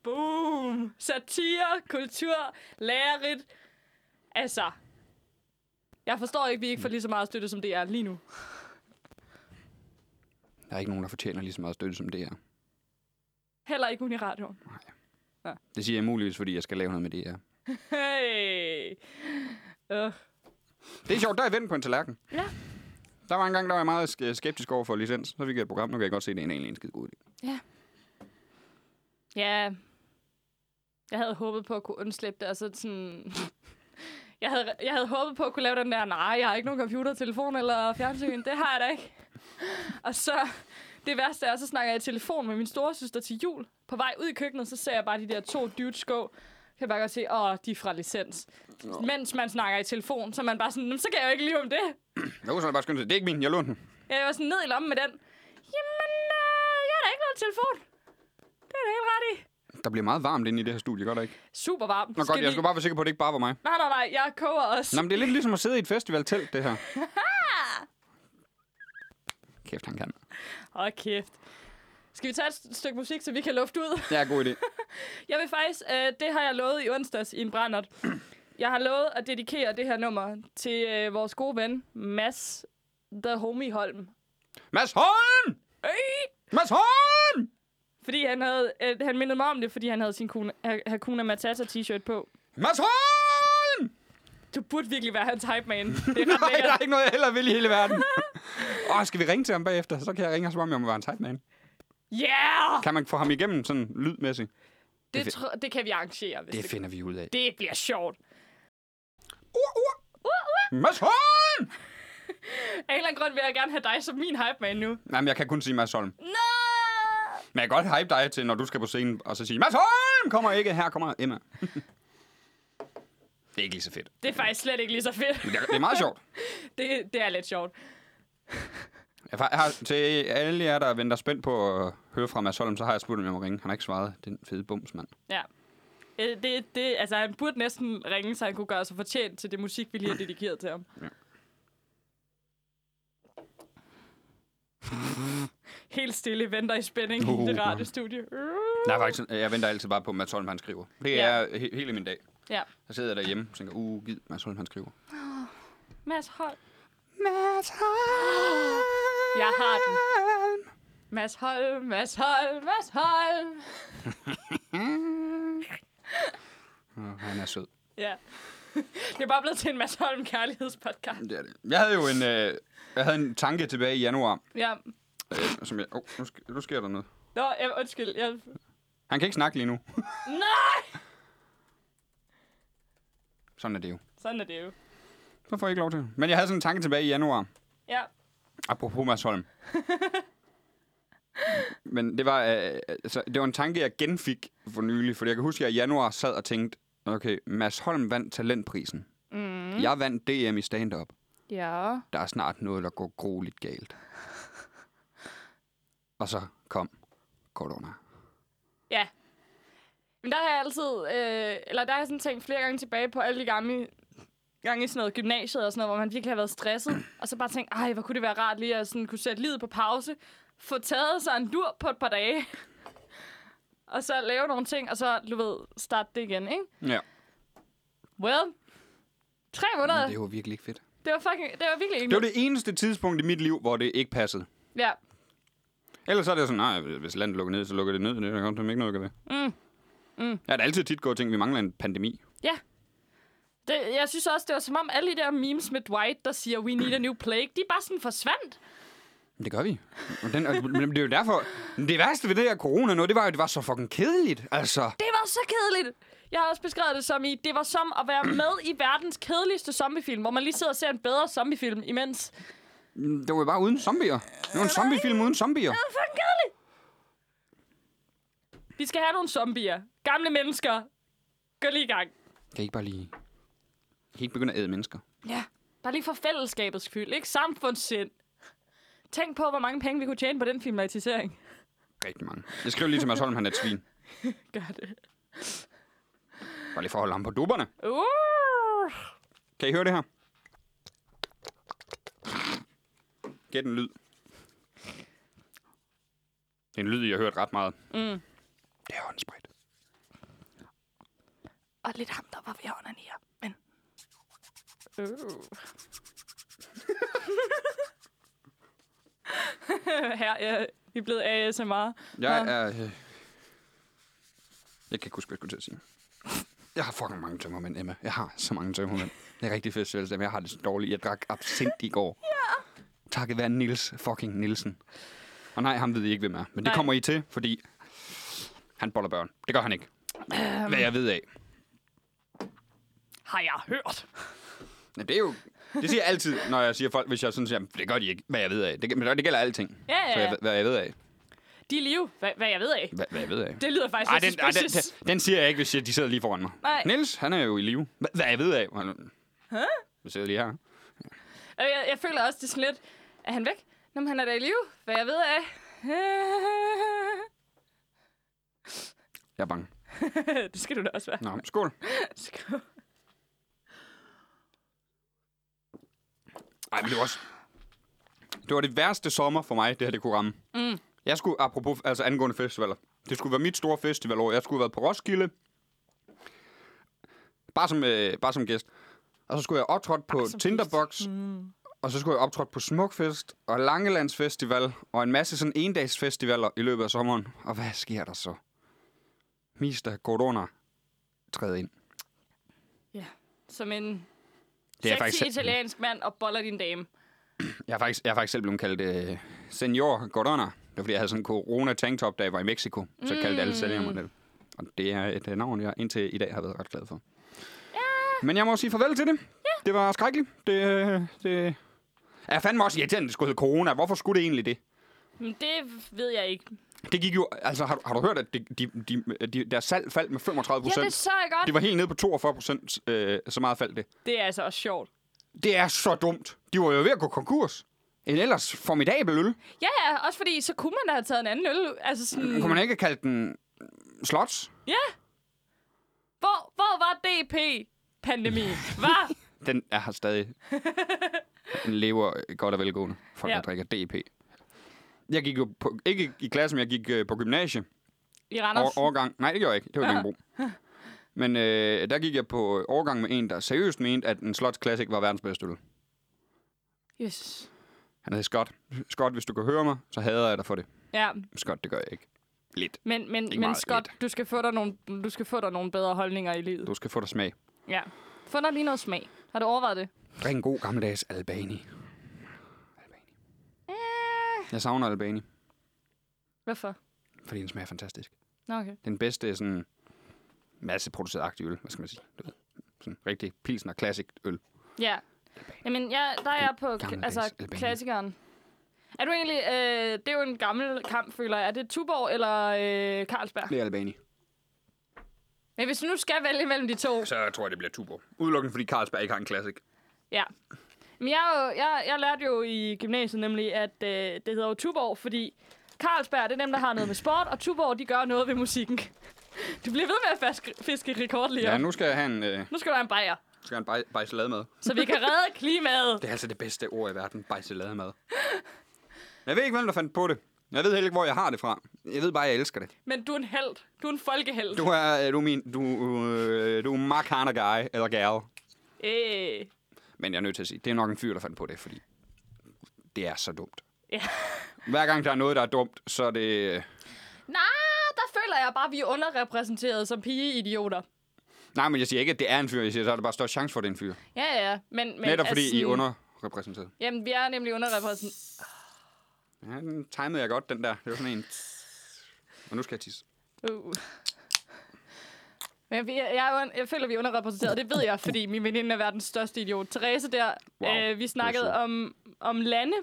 S1: Boom! Satire, kultur, lærerigt. Altså, jeg forstår ikke, at vi ikke får lige så meget støtte, som det er lige nu.
S2: Der er ikke nogen, der fortjener lige så meget støtte, som det er.
S1: Heller ikke Uniradioen.
S2: Det siger jeg muligvis, fordi jeg skal lave noget med det her.
S1: Hey! Uh.
S2: Det er sjovt, der er vendt på en tallerken.
S1: Ja.
S2: Der var en gang, der var jeg meget sk- skeptisk over for licens. Så fik jeg et program, nu kan jeg godt se, det er en egentlig en skide god idé.
S1: Ja. Jeg havde håbet på at kunne undslippe det, og så sådan... Jeg havde, jeg havde håbet på at kunne lave den der, nej, jeg har ikke nogen computer, telefon eller fjernsyn. Det har jeg da ikke. Og så, det værste er, så snakker jeg i telefon med min storesøster til jul. På vej ud i køkkenet, så ser jeg bare de der to dudes gå. Jeg kan bare godt se, åh, de er fra licens. Mens man snakker i telefon, så er man bare sådan, "Nå, så kan jeg jo ikke lige om det.
S2: Jo, så er det bare skønt. Det er ikke min, jeg lånte den.
S1: Jeg var sådan ned i lommen med den. Jamen, øh, jeg har da ikke noget telefon. Det er da helt ret i.
S2: Der bliver meget varmt inde i det her studie, gør der ikke?
S1: Super varmt.
S2: Nå godt, jeg skulle bare være sikker på, at det ikke bare var mig.
S1: Nej, nej, nej, jeg koger også.
S2: Nå, men det er lidt ligesom at sidde i et festivaltelt, det her. Kæft, han kan.
S1: Hold kæft. Skal vi tage et st- stykke musik, så vi kan lufte ud?
S2: Ja, god idé.
S1: Jeg vil faktisk, øh, det har jeg lovet i onsdags i en brændert. Jeg har lovet at dedikere det her nummer til øh, vores gode ven, Mads The Homie Holm.
S2: Mads Holm!
S1: Øh!
S2: Mads Holm!
S1: Fordi han, havde, øh, han mindede mig om det, fordi han havde sin kuna, ha- Hakuna Matata t-shirt på.
S2: Mads Holm!
S1: Du burde virkelig være hans hype man. Det er ret
S2: Nej, der er
S1: lækkert.
S2: ikke noget, jeg hellere vil i hele verden. Åh, skal vi ringe til ham bagefter? Så kan jeg ringe og spørge, om jeg må være en tight man.
S1: Yeah!
S2: Kan man få ham igennem sådan lydmæssigt?
S1: Det, tr- det kan vi arrangere, hvis det,
S2: finder vi ud af.
S1: det bliver sjovt.
S2: Mads Holm!
S1: Af en eller anden grund vil jeg gerne have dig som min hype man nu.
S2: Nej, men jeg kan kun sige Mads Holm.
S1: Nå!
S2: Men jeg kan godt hype dig til, når du skal på scenen, og så sige, Mads Holm kommer ikke, her kommer Emma. det er ikke lige så fedt.
S1: Det er faktisk slet ikke lige så fedt.
S2: Men det er, det er meget sjovt.
S1: Det, det er lidt sjovt.
S2: Jeg har, jeg har, til alle jer, der venter spændt på at høre fra Mads Holm, så har jeg spurgt, om jeg må ringe. Han har ikke svaret. Den fede bums, mand.
S1: Ja. Øh, Det, det, altså, han burde næsten ringe, så han kunne gøre sig fortjent til det musik, vi lige har dedikeret til ham.
S2: Ja.
S1: Helt stille venter i spænding
S2: Uh,
S1: i det
S2: nej.
S1: radiostudie.
S2: Nej, faktisk, jeg venter altid bare på, at Mads Holm, han skriver. Det
S1: Ja.
S2: er he- hele min dag.
S1: Ja.
S2: Så sidder jeg derhjemme og tænker, uh, gid, Mads Holm, han skriver.
S1: Mads, hold.
S2: Mads Holm!
S1: Jeg har den. Mads Holm, Mads Holm, Mads Holm.
S2: Oh, han er sød.
S1: Ja. Det er bare blevet til en Mads Holm kærlighedspodcast.
S2: Det er det. Jeg havde jo en, øh, jeg havde en tanke tilbage i januar,
S1: Ja.
S2: øh, som jeg... Åh, oh, nu, sk- nu sker der noget.
S1: Nå, jeg, undskyld. Jeg...
S2: Han kan ikke snakke lige nu.
S1: Nej!
S2: Sådan er det jo.
S1: Sådan er det jo.
S2: Så får jeg ikke lov til det. Men jeg havde sådan en tanke tilbage i januar.
S1: Ja.
S2: Apropos Mads Holm. Men det var, øh, altså, det var en tanke, jeg genfik for nylig, fordi jeg kan huske, at jeg i januar sad og tænkte, okay, Mads Holm vandt talentprisen. Mm. Jeg vandt DM i stand-up.
S1: Ja.
S2: Der er snart noget, der går grueligt galt. og så kom corona.
S1: Ja. Men der har jeg altid, øh, eller der har jeg sådan tænkt flere gange tilbage på alle de gamle gange i sådan noget gymnasiet og sådan noget, hvor man virkelig har været stresset, og så bare tænkt, ej, hvor kunne det være rart lige at sådan kunne sætte livet på pause, få taget sig en dur på et par dage, og så lave nogle ting, og så, du ved, starte det igen, ikke?
S2: Ja,
S1: Well, tre måneder,
S2: men det var virkelig ikke fedt.
S1: det var fucking, det var virkelig ikke
S2: Det var
S1: nu.
S2: det eneste tidspunkt i mit liv, hvor det ikke passede.
S1: Ja,
S2: Ellers så er det sådan, nej, hvis landet lukker ned, så lukker det ned. Det er der godt, ikke noget, der kan være.
S1: Mm.
S2: Mm. Ja, det er altid tit gået ting, vi mangler en pandemi.
S1: ja. Det, jeg synes også, det var som om alle de der memes med Dwight, der siger, we need a new plague, de bare sådan forsvandt.
S2: Men det gør vi. Og den, og, men det er jo derfor... Det værste ved det her corona nu, det var jo, at det var så fucking kedeligt. Altså,
S1: Det var så kedeligt. Jeg har også beskrevet det som i, det var som at være med i verdens kedeligste zombiefilm, hvor man lige sidder og ser en bedre zombiefilm imens.
S2: det var jo bare uden zombier. Det var en zombiefilm uden zombier.
S1: Det var fucking kedeligt. Vi skal have nogle zombier. Gamle mennesker. Gå lige i gang.
S2: Kan I ikke bare lige... Kan I ikke begynde at æde mennesker?
S1: Ja. Bare lige for fællesskabets skyld, ikke? Samfundssind. Tænk på, hvor mange penge vi kunne tjene på den filmatisering.
S2: Rigtig mange. Jeg skriver lige til Mads Holm, han er et svin.
S1: Gør det.
S2: Bare lige for at holde ham på dupperne.
S1: Uh.
S2: Kan I høre det her? Gæt en lyd. Det er en lyd, I har hørt ret meget. Mm. Det er håndsprit.
S1: Og lidt ham, der var ved at onanere. Men... Øh. Her er vi er blevet ASMR.
S2: Jeg er... Øh... Jeg kan ikke huske, hvad jeg skulle til at sige. Jeg har fucking mange tømmermænd, Emma. Jeg har så mange tømmermænd. Det er rigtig fedt, selv, Emma. Jeg har det så dårligt. Jeg drak absint i går. Ja. Takket være Nils fucking Nielsen. Og nej, ham ved I ikke, hvem er. Men det
S1: Nej.
S2: kommer I til, fordi han boller børn. Det gør han ikke.
S1: Øhm.
S2: Hvad jeg ved af.
S1: Har jeg hørt.
S2: Men det er jo... Det siger jeg altid, når jeg siger folk, hvis jeg sådan siger, "Jamen, det gør de ikke, hvad jeg ved af. Det, men det gælder alting.
S1: Ja, ja,
S2: Så
S1: ja.
S2: jeg, hvad jeg ved af.
S1: De er live, hvad, hvad jeg ved af.
S2: Hvad, hvad jeg ved af.
S1: Det lyder faktisk
S2: Ej,
S1: Ej,
S2: den,
S1: lidt
S2: ej, den,
S1: suspicious.
S2: den- den siger jeg ikke, hvis jeg, de sidder lige foran mig.
S1: Nej.
S2: Niels, han er jo i live. Hva- Hvad jeg ved af. Hæ? Vi sidder lige her.
S1: Og Jeg, jeg føler også, det er sådan lidt... Er han væk? Nå, men han er da i live. Hvad jeg ved af.
S2: Jeg er bange.
S1: det skal du da også være.
S2: Nå, skål.
S1: Skål.
S2: Ej, men det var også... Det var det værste sommer for mig, det her det kunne ramme. Mm. Jeg skulle, apropos altså angående festivaler, det skulle være mit store festivalår. Jeg skulle have været på Roskilde. Bare som, øh, bare som gæst. Og så skulle jeg optrådt på
S1: som
S2: Tinderbox. Mm. Og så skulle jeg optrådt på Smukfest og Langelandsfestival og en masse sådan endagsfestivaler i løbet af sommeren. Og hvad sker der så? Mister Corona træder ind.
S1: Ja. Som en
S2: Det er jeg
S1: sexy
S2: faktisk-
S1: italiensk mand og boller din dame.
S2: Jeg er faktisk, jeg er faktisk selv blevet kaldt øh, Senor Gordona. Det var, fordi jeg havde sådan en corona-tanktop, da jeg var i Mexico. Så mm. kaldte alle sælgere mig det. Og det er et øh, navn, jeg indtil i dag har været ret glad for. Ja. Men jeg må sige farvel til det. Det var skrækkeligt. Det, øh, det... Ja, Jeg fandt mig også irriterende, at det skulle hedde corona. Hvorfor skulle det egentlig det?
S1: Men det ved jeg ikke.
S2: Det gik jo... Altså, har, du- har du hørt, at de, de, de, de, deres salg faldt med
S1: Ja,
S2: 35
S1: det
S2: procent?
S1: så jeg godt.
S2: det var helt nede på 42 procent, øh, så meget faldt det.
S1: Det er altså også sjovt.
S2: Det er så dumt. De var jo ved at gå konkurs. En ellers formidabel øl.
S1: Ja, ja, også fordi så kunne man da have taget en anden øl. Altså sådan,
S2: Kunne man ikke kalde den slots?
S1: ja. Hvor, hvor var DP-pandemien? Var?
S2: Den er her stadig. Den lever godt og velgående. Folk,
S1: Ja.
S2: ja. der drikker DP. Jeg gik jo på, ikke i klasse, men jeg gik øh, på gymnasie.
S1: I
S2: Over,
S1: Randers?
S2: overgang. Nej, det gjorde jeg ikke. Det var
S1: Ah.
S2: i Nørrebro. Men øh, der gik jeg på overgang med en, der seriøst mente, at en Slots Classic var verdens bedste øl.
S1: Yes.
S2: Han hed Scott. Scott, hvis du kan høre mig, så hader jeg dig for det.
S1: Ja,
S2: Scott, det gør jeg ikke. Lidt.
S1: men, men, men
S2: meget
S1: Scott, du skal, få dig nogle, du skal få dig nogle bedre holdninger i livet.
S2: Du skal få dig smag.
S1: Ja. Få dig lige noget smag. Har du overvejet det?
S2: Drik en god gammeldags Albani. Albani. Jeg savner Albani,
S1: Eh. Hvorfor?
S2: fordi den smager fantastisk.
S1: Nå, okay.
S2: Den bedste sådan masseproduceret agtig øl, hvad skal man sige? Du ved, sådan rigtig pilsner classic øl.
S1: Ja. Jamen, ja, der er jeg på
S2: Gammeldags
S1: altså,
S2: Albanien.
S1: klassikeren. Er du egentlig... Øh, det er jo en gammel kamp, føler jeg. Er det Tuborg eller øh, Carlsberg?
S2: Det er Albani.
S1: Men hvis du nu skal vælge mellem de to...
S2: Så jeg tror jeg, det bliver Tuborg. Udelukkende fordi Carlsberg ikke har en classic.
S1: Ja. Men jeg, er jo- jeg, jeg lærte jo i gymnasiet nemlig, at øh, det hedder jo Tuborg, fordi Carlsberg, det er dem, der har noget med sport, og Tuborg, de gør noget ved musikken. Du bliver ved med at fas- fiske rekord lige
S2: Ja,
S1: ja, nu.
S2: nu skal jeg have en, øh,
S1: nu skal du have en bajer,
S2: skal jeg have en bajsalade med.
S1: så vi kan redde klimaet.
S2: Det er altså det bedste ord i verden, bajsalade med. Jeg ved ikke, hvem der fandt på det. Jeg ved heller ikke, hvor jeg har det fra. Jeg ved bare, at jeg elsker det.
S1: Men du er en held. Du er en folkeheld.
S2: Du er, øh, du er min, du, øh, du er Mark Hanna guy, eller gal.
S1: Øh,
S2: Men jeg er nødt til at sige, det er nok en fyr, der fandt på det, fordi det er så dumt.
S1: ja.
S2: Hver gang der er noget, der er dumt, så er det... øh,
S1: Nej, der føler jeg bare, at vi er underrepræsenteret som pigeidioter.
S2: Nej, men jeg siger ikke, at det er en fyr. Jeg siger, så er der bare større chance for, at det er en fyr.
S1: Ja, ja, men... men
S2: Netop fordi
S1: altså,
S2: I er underrepræsenteret.
S1: Jamen, vi er nemlig underrepræsenteret.
S2: Ja, den timede jeg godt, den der. Det var sådan en... Og nu skal jeg tisse.
S1: Uh. Men vi, er- jeg, er, un- jeg føler, vi er underrepræsenteret. Det ved jeg, fordi min veninde er verdens største idiot. Therese der,
S2: Wow,
S1: wow, øh, vi snakkede
S2: det er
S1: om, om lande,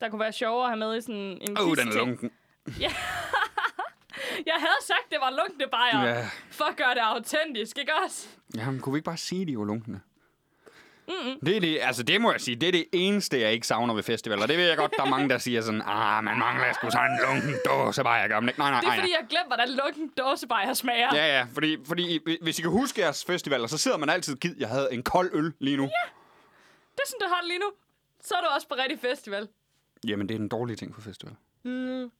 S1: der kunne være sjovere at have med i sådan en
S2: Åh, oh,
S1: quiz
S2: den er
S1: ting.
S2: lunken.
S1: Jeg havde sagt, det var lunkne bajer.
S2: Ja.
S1: For at gøre det autentisk, ikke også?
S2: Jamen, kunne vi ikke bare sige, de var lunkne? Mm-hmm. Det, er det, altså, det må jeg sige, det er det eneste, jeg ikke savner ved festivaler. Det ved jeg godt, der er mange, der siger sådan, ah, man mangler sgu sådan en lunken dåse, bare jeg gør men ikke. Nej, nej,
S1: Det er,
S2: nej.
S1: fordi
S2: nej.
S1: jeg glemmer, hvordan lunken dåsebajer smager.
S2: Ja, ja, fordi, fordi I- hvis I kan huske jeres festivaler, så sidder man altid, gid, jeg havde en kold øl lige nu. Ja.
S1: Det er sådan, du har det lige nu. Så er du også på rigtig festival.
S2: Jamen, det er den dårlige ting for festivaler.
S1: Mm.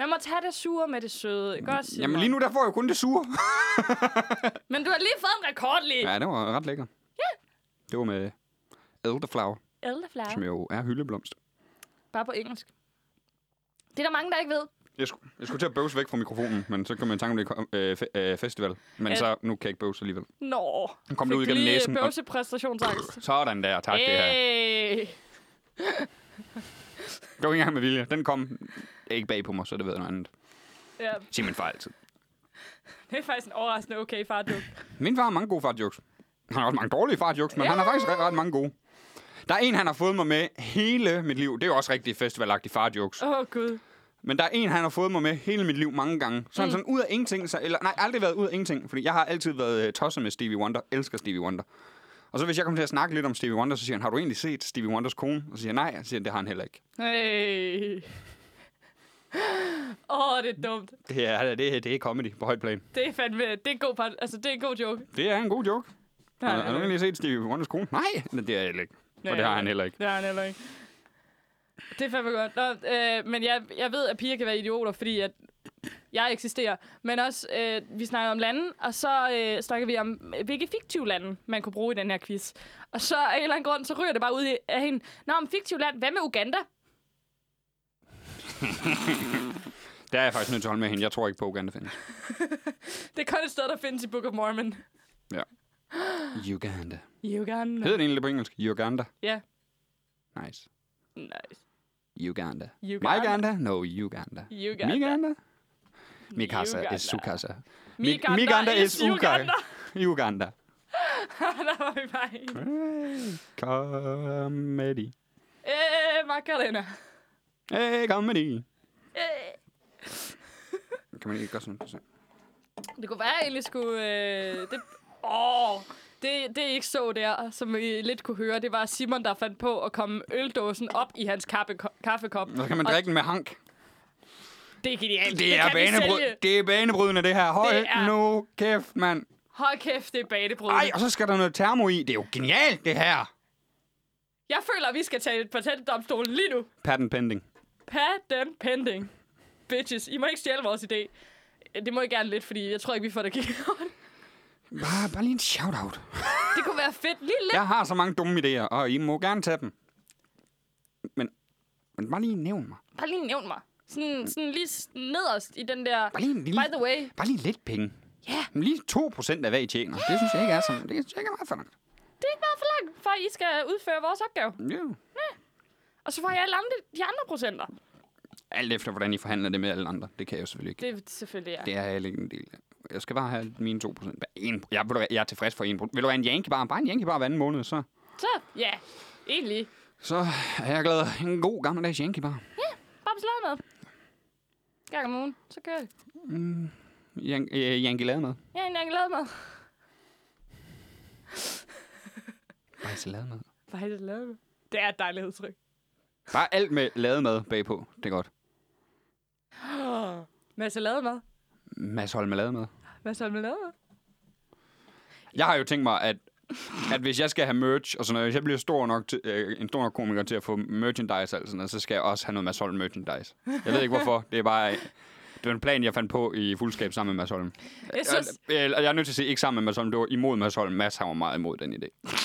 S1: Man må tage det sure med det søde, ikke også? Simon?
S2: Jamen, lige nu, der får jeg jo kun det sure.
S1: Men du har lige fået en rekord lige. Ja.
S2: Ja, det var ret lækker. Ja. Det var med elderflower, som
S1: Elderflower.
S2: jo er hyldeblomst.
S1: Bare på engelsk. Det er der mange, der ikke ved.
S2: Jeg skulle, jeg skulle til at bøvse væk fra mikrofonen, men så kom jeg i tanke om det kom, øh, fe, øh, øh, festival. Men så, nu kan jeg ikke bøvse alligevel.
S1: Nå.
S2: Nu kom det ud
S1: Fik
S2: igennem
S1: lige
S2: næsen, og-
S1: bøvsepræstationsangst.
S2: Sådan der, tak det her.
S1: Hey.
S2: Det var ikke engang med vilje. Den kom ikke bag på mig, så det ved jeg noget andet.
S1: Ja,
S2: Sig min far altid.
S1: det er faktisk en overraskende okay far
S2: Min far har mange gode fartjokes. Han har også mange dårlige fartjokes, men ja. han har faktisk ret, ret mange gode. Der er en, han har fået mig med hele mit liv. Det er jo også rigtig festivalagtig fartjokes.
S1: Åh, oh, Gud.
S2: Men der er en, han har fået mig med hele mit liv mange gange. Så han sådan ud af ingenting, så, eller nej, aldrig været ud af ingenting, fordi jeg har altid været øh, tosset med Stevie Wonder, elsker Stevie Wonder. Og så hvis jeg kommer til at snakke lidt om Stevie Wonder, så siger han, har du egentlig set Stevie Wonders kone? Og så siger jeg, nej, og så siger han, det har han heller ikke.
S1: Hey. Åh, oh, det er dumt.
S2: Det er, det, er- det er comedy på højt plan.
S1: Det er fandme... Det er en god, par, altså, det er en god joke.
S2: Det er en god joke.
S1: Nej,
S2: Har, har du
S1: nej, nej.
S2: egentlig set Stevie Wonders kone? Nej, men det er jeg heller ikke.
S1: Nej,
S2: Og det har
S1: nej.
S2: han heller ikke.
S1: Det har han heller ikke. Det er fandme godt. Nå, øh, men jeg, jeg ved, at piger kan være idioter, fordi at jeg eksisterer. Men også, øh, vi snakker om lande, og så øh, snakker vi om, øh, hvilke fiktive lande, man kunne bruge i den her quiz. Og så af en eller anden grund, så ryger det bare ud i- af hende. Nå, om fiktive land, hvad med Uganda?
S2: Der er jeg faktisk nødt til at holde med hende. Jeg tror ikke på, Uganda findes.
S1: Det er kun et sted, der findes i Book of Mormon.
S2: Uganda.
S1: Uganda.
S2: Hedder det egentlig på engelsk? Uganda?
S1: Ja.
S2: Nice.
S1: Nice.
S2: Uganda.
S1: Uganda.
S2: Uganda? No, Uganda.
S1: Uganda.
S2: Miganda? Mikasa
S1: Uganda.
S2: is Sukasa. Mi-
S1: Miganda is Uganda.
S2: Uganda.
S1: der var vi bare i.
S2: Comedy.
S1: Øh, Macarena.
S2: Hey, comedy.
S1: Øh.
S2: Kan man ikke gøre sådan? sådan?
S1: Det kunne være, at jeg egentlig skulle... Øh, det, åh, det, det I ikke så der, som I lidt kunne høre, det var Simon, der fandt på at komme øldåsen op i hans kaffe, kaffekop.
S2: Så kan man drikke den med hank.
S1: Det er genialt.
S2: Det
S1: kan
S2: er,
S1: vi
S2: banebryd,
S1: sælge.
S2: det er banebrydende, det her. Høj,
S1: Det er-
S2: nu kæft, mand.
S1: Hold kæft, det er banebrud.
S2: Ej, og så skal der noget termo i. Det er jo genialt, det her.
S1: Jeg føler, at vi skal tage et patentdomstol lige nu.
S2: Patent pending.
S1: Patent pending. Bitches, I må ikke stjæle vores idé. Det må I gerne lidt, fordi jeg tror ikke, vi får det gjort.
S2: Bare, bare lige en shout-out.
S1: Det kunne være fedt. Lige lidt.
S2: Jeg har så mange dumme idéer, og I må gerne tage dem. Men, men bare lige nævn mig.
S1: Bare lige nævn mig. Sådan, sådan lige s- nederst i den der...
S2: Bare lige en lille...
S1: By the way,
S2: Bare lige lidt penge.
S1: Ja.
S2: Men Lige 2% af hvad I tjener. Det synes jeg ikke er sådan. Det synes jeg ikke er meget for langt.
S1: det er ikke meget for langt, for at I skal udføre vores opgave.
S2: Ja.
S1: Og så får jeg alle andre, de andre procenter.
S2: Alt efter, hvordan I forhandler det med alle andre. Det kan jeg jo selvfølgelig ikke.
S1: Det er selvfølgelig jeg.
S2: Det er jeg heller ikke en del af. Jeg skal bare have mine 2%. Bare En, jeg, ved du hvad, jeg er tilfreds for 1%. Vil du være en Yankee bar? Bare en Yankee bar hver anden måned, så,
S1: Så, ja, egentlig.
S2: så er jeg glad. En god gammeldags Yankee bar.
S1: Bare beslag med. Gang om ugen, så kører det.
S2: Yan- øh, Yankee lavet med.
S1: Jeg er en glad med.
S2: Bare så lavet med.
S1: Hvad er det lavet med? Det er et dejligt udtryk.
S2: Bare alt med lavet med bagpå. Det er godt.
S1: Masse lavet med.
S2: Mads Holm er lavet med.
S1: Hvad så med lavet med?
S2: Jeg har jo tænkt mig, at, at hvis jeg skal have merch og sådan noget, hvis jeg bliver stor nok til, øh, en stor nok komiker til at få merchandise og alt sådan noget, så skal jeg også have noget Mads Holm merchandise. Jeg ved ikke hvorfor. Det er bare... Det var en plan, jeg fandt på i fuldskab sammen med Mads Holm.
S1: Jeg synes,
S2: Jeg, jeg, jeg er nødt til at sige, ikke sammen med Mads Holm, det var imod Mads Holm. Mads han var meget imod den idé.
S1: jeg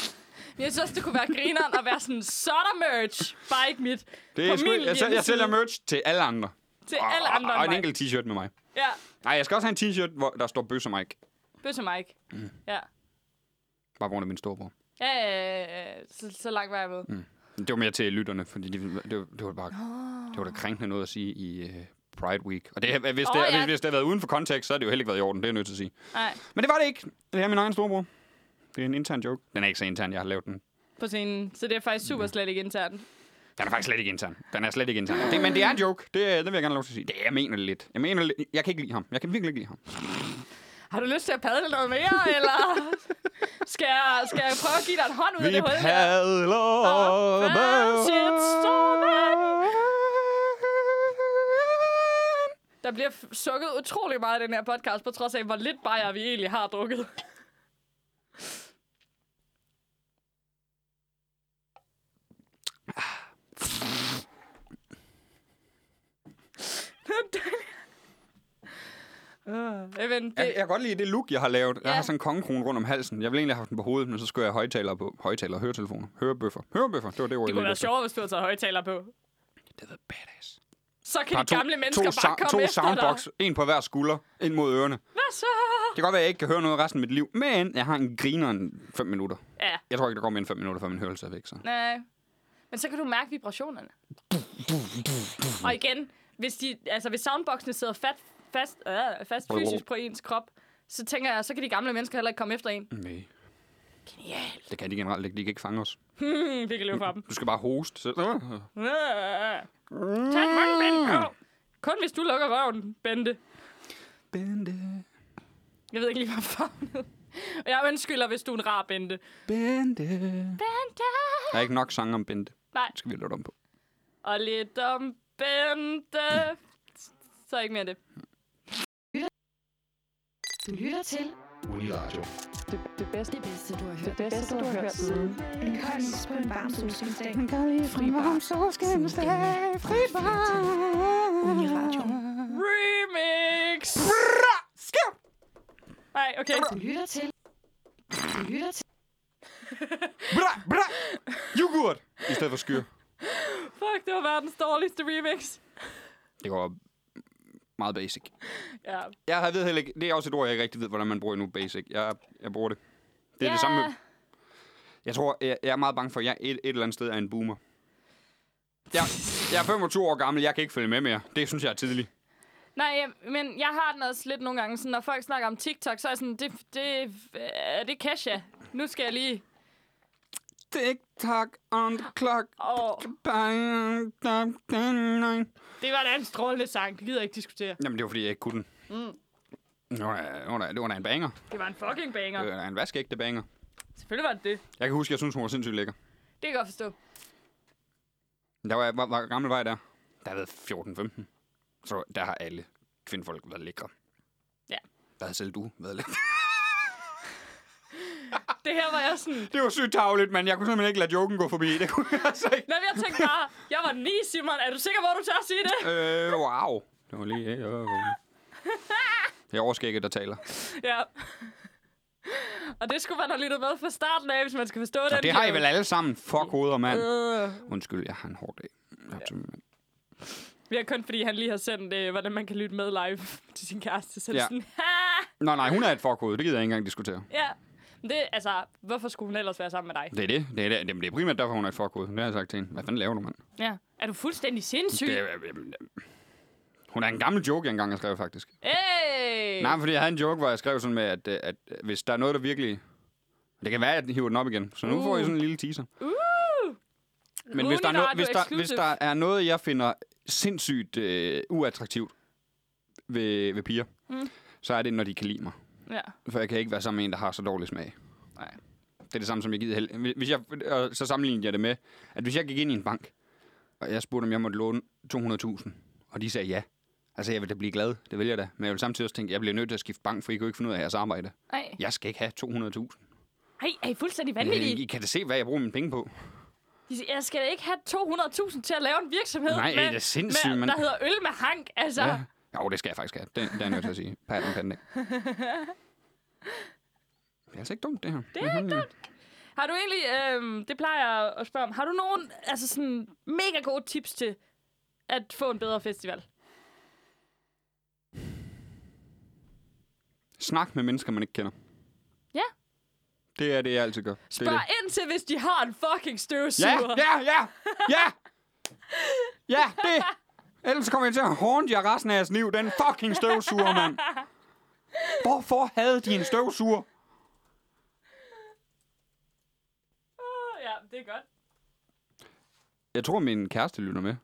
S1: synes også, det kunne være grineren at være sådan, så er der merch, bare ikke mit.
S2: Det er
S1: På
S2: sgu,
S1: min
S2: ikke- jeg, sælger, jeg
S1: hjemmeside.
S2: sælger merch til alle andre.
S1: Til
S2: Og-
S1: alle andre
S2: og, og
S1: end
S2: en
S1: mig.
S2: enkelt t-shirt med mig.
S1: Ja,
S2: Nej, jeg skal også have en t-shirt, hvor der står Bøsse Mike.
S1: bøsse Mike. Ja.
S2: Bare på grund af min storebror.
S1: Ja, ja, ja, så, så langt var jeg
S2: Mm.
S1: med.
S2: Det var mere til lytterne, fordi de, det, var, det var bare det var da krænkende noget at sige i uh, Pride Week. Og det, hvis, det,
S1: Åh,
S2: oh,
S1: ja.
S2: ja. hvis det havde været uden for kontekst, så havde det jo heller ikke været i orden, det er jeg nødt til at sige.
S1: Nej,
S2: Men det var det ikke. Det er min egen storebror. Det er en intern joke. Den er ikke så intern, jeg har lavet den.
S1: på scenen. Så det er faktisk super slet ikke internt.
S2: Den er faktisk slet ikke intern. Den er slet ikke intern. Det, men det er en joke. Det, øh, det vil jeg gerne have lov til at sige. Det, jeg mener det lidt. Jeg mener det lidt. Jeg kan ikke lide ham. Jeg kan virkelig ikke lide ham.
S1: Har du lyst til at padle noget mere, eller skal jeg, skal jeg prøve at give dig en hånd ud af
S2: Vi
S1: det hul der?
S2: padler
S1: Og hver sit
S2: stormand.
S1: Der bliver f- sukket utrolig meget i den her podcast, på trods af, hvor lidt bajer vi egentlig har drukket. Uh, even, det,
S2: Jeg, jeg kan godt lide det look, jeg har lavet. Jeg
S1: Ja.
S2: har sådan en kongekrone rundt om halsen. Jeg ville egentlig have haft den på hovedet, men så skulle jeg have højtalere på. Højtalere, høretelefoner, hørebøffer. Hørebøffer, det var det
S1: det
S2: ord,
S1: kunne
S2: jeg ledte
S1: være
S2: efter.
S1: sjovere, hvis du havde taget højtaler på.
S2: Det havde været badass.
S1: Så kan
S2: Bare
S1: de gamle mennesker
S2: to,
S1: bare
S2: sa-
S1: komme
S2: to
S1: efter
S2: soundbox,
S1: dig.
S2: en på hver skulder, ind mod ørerne. Det
S1: Hvad så?
S2: kan godt være, at jeg ikke kan høre noget resten af mit liv, men jeg har en griner en fem minutter.
S1: Ja,
S2: Jeg tror ikke, der går mere end fem minutter, før min hørelse er væk. Så.
S1: Nej. Men så kan du mærke vibrationerne. Og igen, hvis, de, altså, hvis soundboxene sidder fat, fast, øh, fast fysisk på ens krop, så tænker jeg, så kan de gamle mennesker heller ikke komme efter en.
S2: Nej,
S1: Genialt.
S2: det kan de generelt ikke. De kan ikke fange os.
S1: Hmm, vi kan løbe fra dem.
S2: Du skal bare hoste. Så.
S1: Øh. Tag munden, Bente. Åh. Kun hvis du lukker røven, Bente.
S2: Bente,
S1: Jeg ved ikke lige, hvorfor. Og jeg undskylder, hvis du er en rar Bente.
S2: Bente.
S1: Bente.
S2: Der er ikke nok sange om Bente.
S1: Nej.
S2: Det skal vi have lavet om på.
S1: Og lidt om Bente. Så ikke mere det.
S3: Du lytter til
S4: Det, det bedste,
S3: det bedste, du har hørt.
S4: det bedste, du har hørt siden.
S3: En kold is på en varm solskinsdag. En
S2: kold is
S3: på en varm solskinsdag. Fri bar. i radioen.
S1: Remix!
S2: Skæv!
S1: Nej, okay.
S3: Du lytter til. Du lytter til.
S2: Bra, bra! Yoghurt! I stedet for skyr.
S1: Fuck, det var verdens dårligste remix.
S2: Det går meget basic.
S1: Ja.
S2: Jeg har- ved heller ikke, det er også et ord, jeg ikke rigtig ved, hvordan man bruger nu, basic. Jeg, jeg bruger det. Det er
S1: ja.
S2: det samme. med- Jeg tror, jeg, jeg er meget bange for, at jeg et, et eller andet sted er en boomer. Jeg, jeg er 25 år gammel, jeg kan ikke følge med mere. Det synes jeg er tidligt.
S1: Nej, men jeg har den også lidt nogle gange, sådan, når folk snakker om TikTok, så er jeg sådan, det, det, er det Kesha? nu skal jeg lige...
S2: Tick tock on the clock.
S1: Åh,
S2: Bang, dang, dang, dang.
S1: det var da en strålende sang. Det gider jeg ikke diskutere.
S2: Jamen, det var, fordi jeg ikke kunne den.
S1: Mm.
S2: Det var da- det var da- det var da en banger.
S1: Det var en fucking banger.
S2: Det var da en vaskægte banger.
S1: Selvfølgelig var det det.
S2: Jeg kan huske, jeg synes, hun var sindssygt lækker.
S1: Det kan jeg godt forstå.
S2: Der var, hvor, hvor gammel var jeg der? Der har været 14-15. Så der har alle kvindfolk været lækre.
S1: Ja.
S2: Der har selv du været lækker.
S1: Det her var jeg sådan...
S2: Det var sygt tavligt, men jeg kunne simpelthen ikke lade joken gå forbi. Det kunne jeg altså ikke.
S1: Nå, men jeg tænkte bare, jeg var ni, Simon. Er du sikker, hvor du tør at sige det?
S2: Øh, wow. Det var lige... Øh, øh. Det er overskægget, der taler.
S1: Ja. Og det skulle man have lyttet med fra starten af, hvis man skal forstå
S2: Så
S1: den.
S2: det har I
S1: dialog.
S2: vel alle sammen. Fuck hoveder, mand.
S1: Øh,
S2: Undskyld, jeg har en hård dag. Jeg er tømmermand.
S1: Det er kun fordi, han lige har sendt, øh, hvordan man kan lytte med live til sin kæreste. Så ja.
S2: Ja.
S1: sådan, "Ha!"
S2: Nå, nej, hun er et fuckhoved. Det gider jeg ikke engang diskutere.
S1: ja. Men det, altså, hvorfor skulle hun ellers være sammen med dig?
S2: Det er det. Det er, det. Jamen, det er primært derfor, hun er et fuckhoved. Det har jeg sagt til hende. Hvad fanden laver du, mand?
S1: Ja. Er du fuldstændig sindssyg?
S2: Det, er- øh, jamen, hun er en gammel joke, jeg engang har skrevet, faktisk.
S1: Hey!
S2: Nej, fordi jeg havde en joke, hvor jeg skrev sådan med, at, øh, at øh, hvis der er noget, der virkelig... Det kan være, at jeg hiver den op igen. Så nu
S1: Uh.
S2: får I sådan en lille teaser.
S1: Uh!
S2: Men hvis der, er
S1: Rune
S2: noget,
S1: Radio
S2: hvis, der, hvis
S1: Exclusive.
S2: der er noget, jeg finder sindssygt øh, uattraktivt ved, ved piger,
S1: Mm.
S2: mm. så er det, når de kan lide mig.
S1: Ja.
S2: For jeg kan ikke være sammen med en, der har så dårlig smag.
S1: Nej.
S2: Det er det samme, som jeg gider hel... Hvis jeg, og så sammenligner jeg det med, at hvis jeg gik ind i en bank, og jeg spurgte, om jeg måtte låne 200.000, og de sagde ja, altså jeg vil da blive glad, det vil jeg da. Men jeg vil samtidig også tænke, jeg bliver nødt til at skifte bank, for I kan jo ikke finde ud af jeres arbejde.
S1: Ej.
S2: Jeg skal ikke have 200.000.
S1: Ej, er I fuldstændig
S2: I,
S1: vanvittige?
S2: I kan da se, hvad jeg bruger mine penge på.
S1: De siger, Jeg skal da ikke have 200.000 til at lave en virksomhed,
S2: Nej,
S1: med,
S2: det er sindssygt,
S1: med,
S2: mand.
S1: der hedder Øl med Hank. Altså, ja.
S2: Ja. Jo, det skal jeg faktisk have. Det, det er jeg nødt til at sige. Patten, patten, ikke? Det er altså ikke dumt, det her.
S1: det er ikke dumt. Har du egentlig, øhm, det plejer jeg at spørge om, har du nogen altså sådan, mega gode tips til at få en bedre festival?
S2: Snak med mennesker, man ikke kender.
S1: Ja.
S2: Det er det, jeg altid gør. Det er
S1: Spørg ind til, hvis de har en fucking
S2: det. Ja,
S1: støvsuger.
S2: ja, ja, ja! Ja, det! Ellers kommer jeg til at håne jer resten af jeres liv. Den fucking støvsuger, mand. Hvorfor havde de en støvsuger?
S1: Åh, ja, det er godt.
S2: Jeg tror, min kæreste lytter med.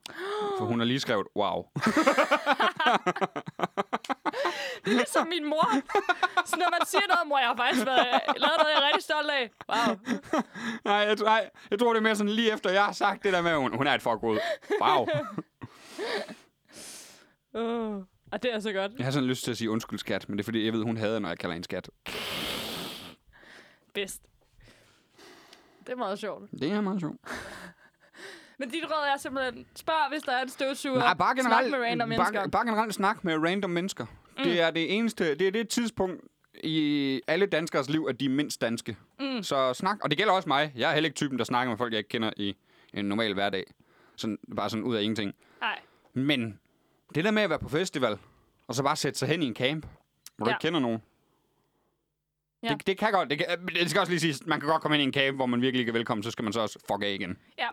S2: For hun har lige skrevet, wow.
S1: Det er ligesom min mor. Så når man siger noget, mor, jeg har faktisk været, øh, lavet noget, jeg er rigtig stolt af. Wow.
S2: Nej, jeg, nej, jeg tror, det er mere sådan lige efter, jeg har sagt det der med, at hun, hun er et fuckhoved. Wow.
S1: Uh, og det er så godt.
S2: Jeg har sådan lyst til at sige undskyld, skat, men det er fordi, jeg ved, hun hader, når jeg kalder hende skat.
S1: Bedst. Det er meget sjovt.
S2: Det er meget sjovt.
S1: Men dit råd er simpelthen, spørg, hvis der er en støvsuger.
S2: Nej, bare generelt,
S1: Snak med random mennesker.
S2: bare, bare generelt snak med random mennesker. Mm. Det er det eneste, det er det tidspunkt i alle danskers liv, at de er mindst danske. Mm. Så snak, og det gælder også mig. Jeg er heller ikke typen, der snakker med folk, jeg ikke kender i en normal hverdag. Sådan, bare sådan ud af ingenting.
S1: Nej,
S2: Men det der med at være på festival, og så bare sætte sig hen i en camp, hvor du
S1: Ja.
S2: ikke kender nogen.
S1: Ja.
S2: Det, det kan godt. Det, kan, øh, det skal også lige siges, man kan godt komme ind i en camp, hvor man virkelig ikke er velkommen, så skal man så også fuck af igen.
S1: ja.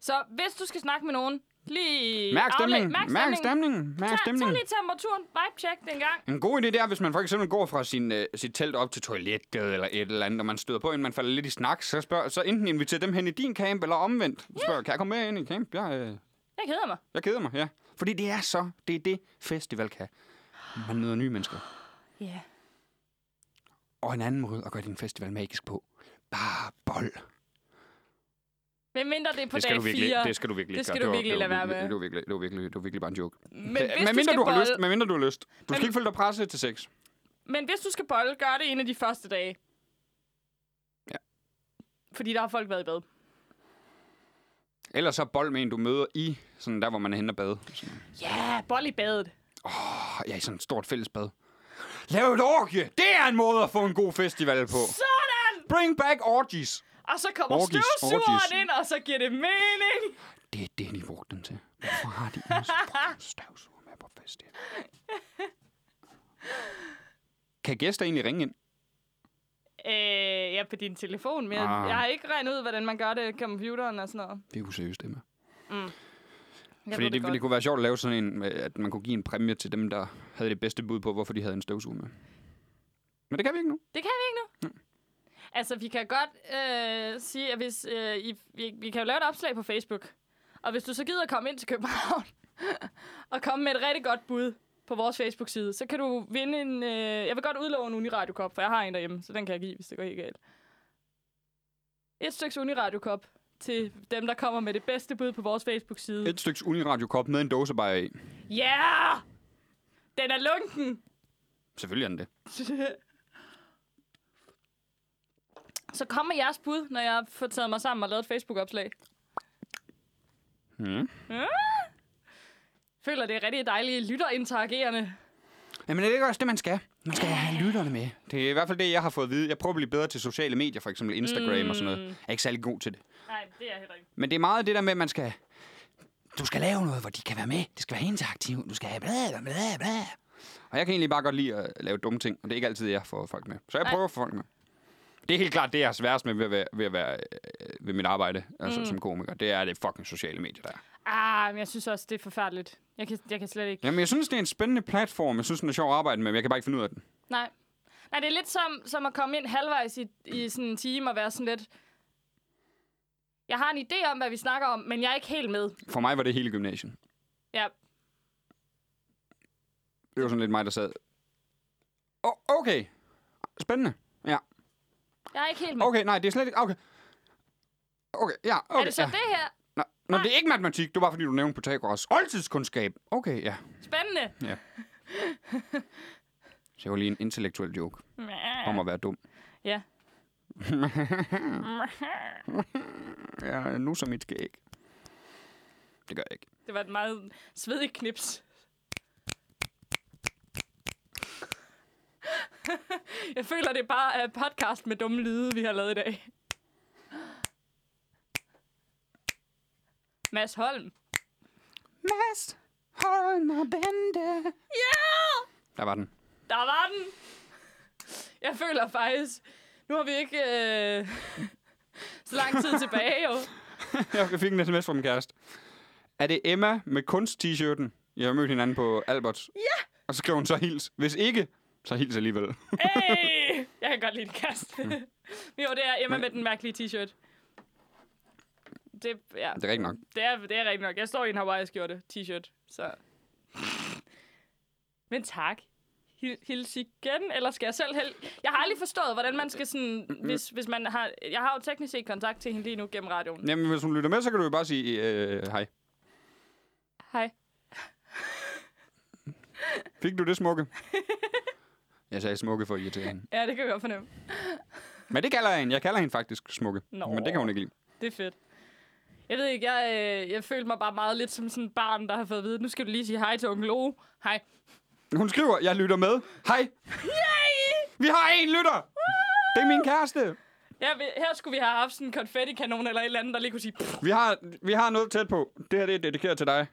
S1: Så hvis du skal snakke med nogen, lige...
S2: Mærk
S1: aflæg-
S2: stemningen. Mærk
S1: stemningen.
S2: stemningen. Mærk
S1: Tag, tag
S2: stemningen.
S1: lige temperaturen. Vibe check den gang.
S2: En god idé, det er, hvis man for eksempel går fra sin, øh, sit telt op til toilettet eller et eller andet, og man støder på en, man falder lidt i snak, så, spørg, så enten inviterer dem hen i din camp, eller omvendt. Spørg, kan jeg komme med ind i camp? Jeg, øh,
S1: Jeg keder mig.
S2: jeg keder mig, ja. Fordi det er så, det er det festival kan. Man møder nye mennesker.
S1: Ja. Yeah.
S2: Og en anden måde at gøre din festival magisk på. Bare bold.
S1: Men mindre det er på
S2: det skal
S1: dag
S2: du virkelig,
S1: 4.
S2: det skal du virkelig
S1: Det
S2: ikke
S1: skal
S2: gøre.
S1: du virkelig
S2: det var,
S1: lade være
S2: det var, virkelig-
S1: med.
S2: Det var, virkelig, det var virkelig, det var virkelig bare en joke.
S1: Men
S2: det,
S1: hvis
S2: med
S1: du
S2: mindre
S1: skal
S2: du, har lyst,
S1: bolle-
S2: med mindre du har lyst. Du skal
S1: Men-
S2: ikke føle dig presset til sex.
S1: Men hvis du skal bolle, gør det en af de første dage.
S2: Ja.
S1: Fordi der har folk været i bad.
S2: Ellers så bold med en, du møder i, sådan der, hvor man er henne og bade.
S1: Ja, yeah, bolle i badet.
S2: Og ja, i sådan et stort fællesbad. Lav et orgie! Det er en måde at få en god festival på.
S1: Sådan!
S2: Bring back orgies!
S1: Og så kommer
S2: Orgies,
S1: støvsugeren
S2: orgies.
S1: ind, og så giver det mening.
S2: Det er det, de brugte den til. Hvorfor har de en fucking støvsuger med på festival? Kan gæster egentlig ringe ind?
S1: Øh, ja, på din telefon, men ah.
S2: Ah.
S1: jeg har ikke regnet ud, hvordan man gør det på computeren og sådan noget.
S2: Det er useriøst, det med.
S1: Jeg ved
S2: Fordi det, det,
S1: godt.
S2: det kunne være sjovt at lave sådan en, med, at man kunne give en præmie til dem, der havde det bedste bud på, hvorfor de havde en støvsuger med. Men det kan vi ikke nu.
S1: det kan vi ikke nu. Altså, vi kan godt øh, sige, at hvis, øh, I, vi, vi kan jo lave et opslag på Facebook. Og hvis du så gider komme ind til København og komme med et rigtig godt bud på vores Facebook-side, så kan du vinde en... Øh, jeg vil godt udlove en Uniradiokop, for jeg har en derhjemme, så den kan jeg give, hvis det går helt galt. Et stykke Uniradiokop til dem, der kommer med det bedste bud på vores Facebook-side.
S2: Et stykke Uniradio-kop med en dåsebajer i.
S1: Ja! Yeah! Den er lunken!
S2: Selvfølgelig er den det.
S1: Så kom med jeres bud, når jeg får taget mig sammen og lavet et Facebook-opslag. Ah!
S2: Mm.
S1: Føler, det er rigtig dejligt lytterinteragerende.
S2: Jamen, er det ikke også det, man skal? Man skal have lytterne med. Det er i hvert fald det, jeg har fået at vide. Jeg prøver at blive bedre til sociale medier, for eksempel Instagram mm. og sådan noget. Jeg er ikke særlig god til det.
S1: Nej, det er jeg heller ikke.
S2: Men det er meget det der med, at man skal... Du skal lave noget, hvor de kan være med. Det skal være interaktivt. Du skal have bla, bla, bla, bla. Og jeg kan egentlig bare godt lide at lave dumme ting, og det er ikke altid, jeg får folk med. Så jeg
S1: Nej.
S2: prøver at få folk med. Det er helt klart det, jeg er sværest med ved at være, ved, at være, øh, ved mit arbejde altså mm. som komiker. Det er det fucking sociale medier, der er.
S1: Ah, men jeg synes også, det er forfærdeligt. Jeg kan, jeg kan slet ikke.
S2: Jamen, jeg synes, det er en spændende platform. Jeg synes, den er sjov at arbejde med, men jeg kan bare ikke finde ud af den.
S1: Nej. Nej, det er lidt som, som at komme ind halvvejs i, i sådan en time og være sådan lidt... Jeg har en idé om, hvad vi snakker om, men jeg er ikke helt med.
S2: For mig var det hele gymnasiet.
S1: Ja,
S2: Det var sådan lidt mig, der sad. Oh, okay. Spændende. Ja.
S1: jeg er ikke helt med.
S2: Okay, nej, det er slet ikke... Okay. Okay, ja. Okay,
S1: er det så
S2: ja.
S1: ja. det her?
S2: Nå, nå, det er ikke matematik. Det var, fordi du nævnte Pythagoras. Oldtidskundskab. Okay, ja.
S1: Spændende.
S2: ja. Så det var lige en intellektuel joke om at være dum.
S1: Ja.
S2: Ja, nu som mit skæg. Det gør jeg ikke.
S1: Det var et meget svedig knips. Jeg føler, det bare er podcast med dumme lyde, vi har lavet i dag. Mads Holm.
S3: Mads, hold mig bente.
S2: Der var den.
S1: Der var den! Jeg føler faktisk... Nu har vi ikke øh, så lang tid tilbage, jo.
S2: Jeg fik en sms fra min kæreste. Er det Emma med kunst-t-shirten? Jeg har mødt hinanden på Albert. Ja! Og så skrev hun så hils. Hvis ikke, så hils alligevel.
S1: Hey! Jeg kan godt lide det kast. jo, det er Emma med den mærkelige t-shirt. Det, ja.
S2: Det er rigtigt nok.
S1: Det er, det er rigtigt nok. Jeg står i en Hawaii-skjorte t-shirt, så... Men tak. Hil- Hils igen, eller skal jeg selv hel... Jeg har aldrig forstået, hvordan man skal sådan... Hvis, hvis man har... Jeg har jo teknisk set kontakt til hende lige nu gennem radioen.
S2: Jamen, hvis hun lytter med, så kan du jo bare sige øh, hej.
S1: Hej.
S2: Fik du det smukke? Jeg sagde smukke for at irritere hende.
S1: Ja, det kan jeg godt fornemme.
S2: Men det kalder jeg hende. Jeg kalder hende faktisk smukke.
S1: Nå.
S2: Men det kan hun ikke lide.
S1: Det er fedt. Jeg ved ikke, jeg, øh, jeg følte mig bare meget lidt som sådan et barn, der har fået at vide, nu skal du lige sige hej til onkel O. Hej.
S2: Hun skriver, jeg lytter med. Hej.
S1: Yay!
S2: Vi har en lytter. Det er min kæreste.
S1: Ja, vi- her skulle vi have haft sådan en konfettikanon eller et eller andet, der lige kunne sige... "Pff."
S2: Vi har, vi har noget tæt på. Det her det er dedikeret til dig.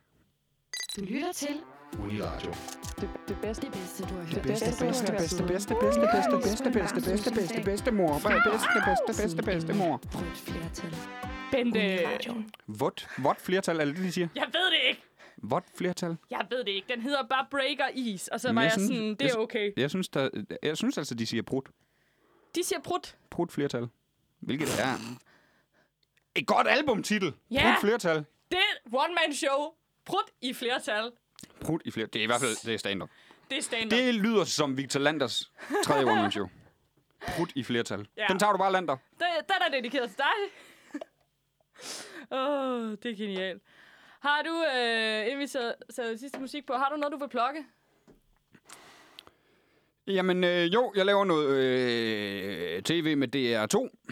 S5: Du lytter til
S6: Uniradio.
S4: Det, det bedste.
S5: det bedste, du har hørt.
S4: bedste, bedste, bedste,
S3: bedste, bedste, bedste, bedste, bedste, bedste, bedste, bedste mor. Bedste, bedste, bedste, bedste mor.
S5: På et flertal.
S1: Bente...
S5: Radioen.
S2: Vot, vot flertal, er det det, de siger?
S1: Jeg ved det ikke.
S2: Vot flertal.
S1: Jeg ved det ikke. Den hedder bare Breaker Is, og så var
S2: Men
S1: jeg
S2: jeg synes-
S1: sådan, det
S2: jeg
S1: er
S2: synes-
S1: okay.
S2: Jeg synes, der, jeg synes altså, de siger brudt.
S1: De siger brudt.
S2: Brudt flertal. Hvilket er... Et godt albumtitel.
S1: Ja.
S2: Brudt flertal.
S1: Det er one-man-show. Brudt i flertal.
S2: Brudt i flertal. Det er i hvert fald det er stand-up.
S1: Det er stand
S2: Det lyder som Victor Landers tredje one show. Brudt i flertal.
S1: Ja.
S2: Ja. Den tager du bare, Lander.
S1: Den, den er dedikeret til dig. Åh, oh, det er genialt. Har du, øh, inden vi sad, sad sidste musik på, har du noget, du vil plukke?
S2: Jamen, øh, jo, jeg laver noget øh, tv med DR2.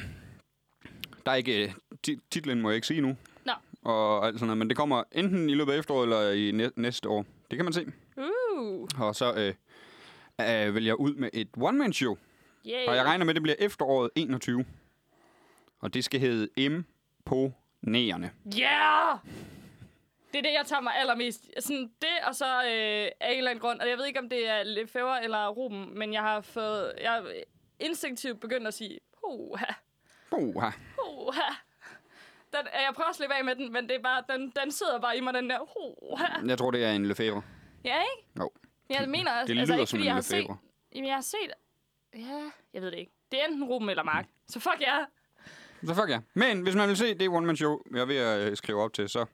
S2: Der er ikke... Øh, ti- titlen må jeg ikke sige nu.
S1: Nå.
S2: Og alt sådan noget, men det kommer enten i løbet af efteråret eller i næ- næste år. Det kan man se.
S1: Uh,
S2: Og så øh, øh, vil jeg ud med et one-man-show.
S1: yeah.
S2: Og jeg regner med, at det bliver efteråret 21. Og det skal hedde M. på Nærende.
S1: Yeah! Det er det, jeg tager mig allermest. Sådan det, og så øh, af en eller anden grund. Og jeg ved ikke, om det er Lefebvre eller Ruben, men jeg har fået... Jeg har instinktivt begyndt at sige, hoha,
S2: Boha.
S1: hoha. Den, jeg prøver at slippe af med den, men det er bare, den, den sidder bare i mig, den der hoha.
S2: Jeg tror, det er en Lefebvre.
S1: Ja, ikke?
S2: Jo.
S1: Jeg mener også,
S2: Det lyder
S1: altså, ikke,
S2: som
S1: fordi
S2: en
S1: jeg har
S2: Lefebvre. Mm.
S1: set... Jamen, jeg har set... Ja, jeg ved det ikke. Det er enten Ruben eller Mark. Så fuck jer.
S2: Så fuck ja. Men hvis man vil se det One Man Show, jeg er ved at øh, skrive op til, så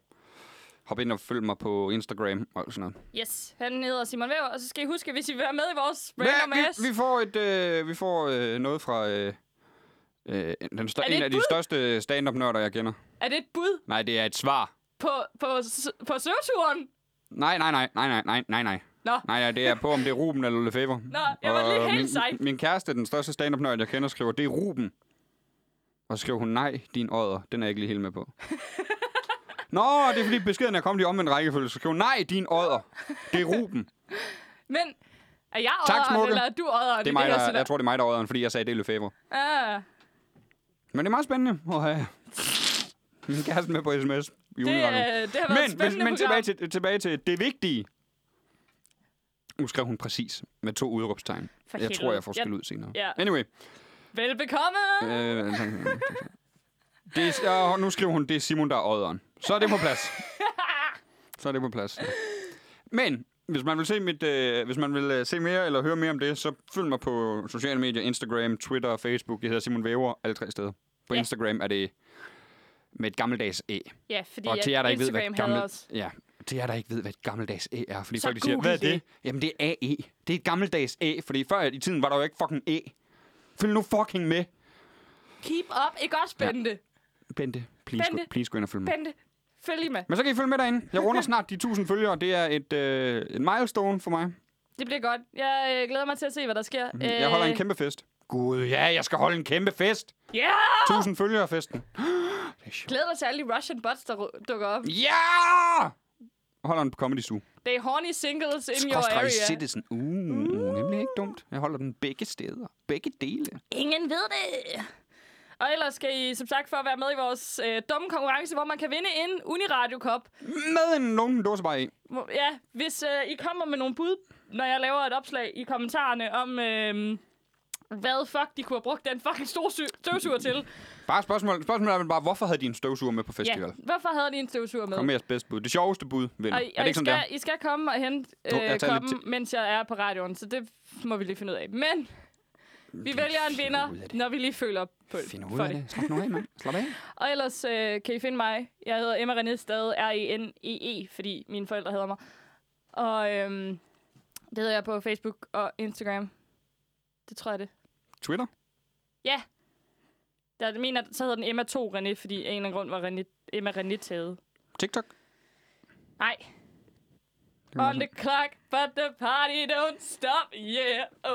S2: hop ind og følg mig på Instagram og sådan noget.
S1: Yes, han hedder Simon Væver, og så skal I huske, hvis I vil være med i vores random
S2: Hvad?
S1: ass.
S2: vi, vi får, et, øh, vi får øh, noget fra øh, øh, den
S1: Er
S2: stør-
S1: det
S2: en
S1: et
S2: af de
S1: bud?
S2: største stand-up-nørder, jeg kender.
S1: Er det et bud
S2: Nej, det er et svar.
S1: på, på, s- på søvturen?
S2: Nej, nej, nej, nej, nej, nej, nej, nej.
S1: Nå.
S2: Nej, ja, det er på, om det er Ruben eller Lefebvre.
S1: Nå, jeg var lige helt sej.
S2: min, min kæreste, den største stand up nørd jeg kender, skriver, det er Ruben. Og så skriver hun, nej, din odder, den er jeg ikke lige helt med på. Nå, det er fordi beskeden er kommet i omvendt rækkefølge. Så skriver hun, nej, din odder, det er Ruben.
S1: Men er jeg
S2: Tak,
S1: odderen,
S2: Smukke.
S1: eller er du odderen?
S2: Det er mig, der, jeg tror, det er mig, der er odderen, fordi jeg sagde, det er Lefebvre.
S1: Ah,
S2: Men det er meget spændende at have min kæreste med på sms. I
S1: det,
S2: Uniradio.
S1: øh, det har været et
S2: men,
S1: spændende
S2: men,
S1: program.
S2: men tilbage, til, tilbage til det vigtige. Nu skrev hun præcis med to udråbstegn.
S1: For
S2: Jeg tror,
S1: helvede.
S2: jeg får skæld ud senere.
S1: Ja.
S2: Anyway.
S1: Velbekomme!
S2: Øh, altså, det er, og nu skriver hun, det er Simon, der er odderen. Så er det på plads. Så er det på plads. Men hvis man vil se, mit, øh, hvis man vil øh, se mere eller høre mere om det, så følg mig på sociale medier, Instagram, Twitter og Facebook. Jeg hedder Simon Væver, alle tre steder. På
S1: Ja.
S2: Instagram er det med et gammeldags æ.
S1: Ja, fordi
S2: Og
S1: at
S2: til jer, der ikke ved,
S1: Instagram
S2: hvad
S1: hader
S2: gammel...
S1: os.
S2: Ja, til jer, der ikke ved, hvad et gammeldags æ er. Fordi
S1: Så
S2: folk de siger,
S1: google
S2: hvad er det?
S1: det.
S2: Jamen, det er AE. Det er et gammeldags æ, fordi før i tiden var der jo ikke fucking æ. Følg nu fucking med.
S1: Keep up, ikke også, Bente?
S2: Mm.
S1: Ja.
S2: Bente, please,
S1: Bente.
S2: Bente. please gå ind og følg med.
S1: Bente, følg lige med.
S2: Men så kan I følge med derinde. Jeg runder snart de 1000 følgere. Det er et, øh, en milestone for mig.
S1: Det bliver godt. Jeg øh, glæder mig til at se, hvad der sker.
S2: Øh. Jeg holder en kæmpe fest. Gud, ja, jeg skal holde en kæmpe fest.
S1: Ja! Yeah!
S2: 1000 følgere festen.
S1: Glæder dig til alle de Russian bots, der ru- dukker op.
S2: Ja! Jeg holder den på Comedy Zoo.
S1: Det er horny singles in your
S2: Skråstrej
S1: area.
S2: Citizen. Uh, uh, nemlig ikke dumt. Jeg holder den begge steder. Begge dele.
S1: Ingen ved det. Og ellers skal I som sagt for at være med i vores øh, dumme konkurrence, hvor man kan vinde en Uniradio-kop.
S2: Med en lunken dåsebej i.
S1: Hvor- Ja, hvis øh, I kommer med nogle bud, når jeg laver et opslag i kommentarerne om, øh, hvad fuck de kunne have brugt den fucking store sy- støvsuger
S2: Mm,
S1: til.
S2: Bare spørgsmål. Spørgsmålet er vel bare, hvorfor havde de en støvsuger med på festival?
S1: Ja, hvorfor havde de en støvsuger med?
S2: Kom med jeres bedste bud. Det sjoveste bud, vinder.
S1: Og,
S2: er det
S1: og I,
S2: ikke sådan
S1: skal,
S2: der?
S1: I skal komme og hente
S2: Jo, jeg
S1: øh,
S2: tager lidt
S1: koppen, mens jeg er på radioen, så det må vi lige finde ud af. Men vi vælger en
S2: finder ud
S1: vinder,
S2: af det.
S1: når vi lige føler på
S2: Find
S1: for
S2: ud af det. Slap nu af, mand. Slap af.
S1: Og ellers øh, kan I finde mig. Jeg hedder Emma René, E stadig R-E-N-E-E, fordi mine forældre hedder mig. Og øhm, det hedder jeg på Facebook og Instagram. Det tror jeg det.
S2: Twitter?
S1: Der mener, så hedder den Emma 2 René, fordi af en eller anden grund var René, Emma René taget.
S2: TikTok?
S1: Nej.
S2: Det er
S1: On the clock, but the party don't stop, yeah. Oh.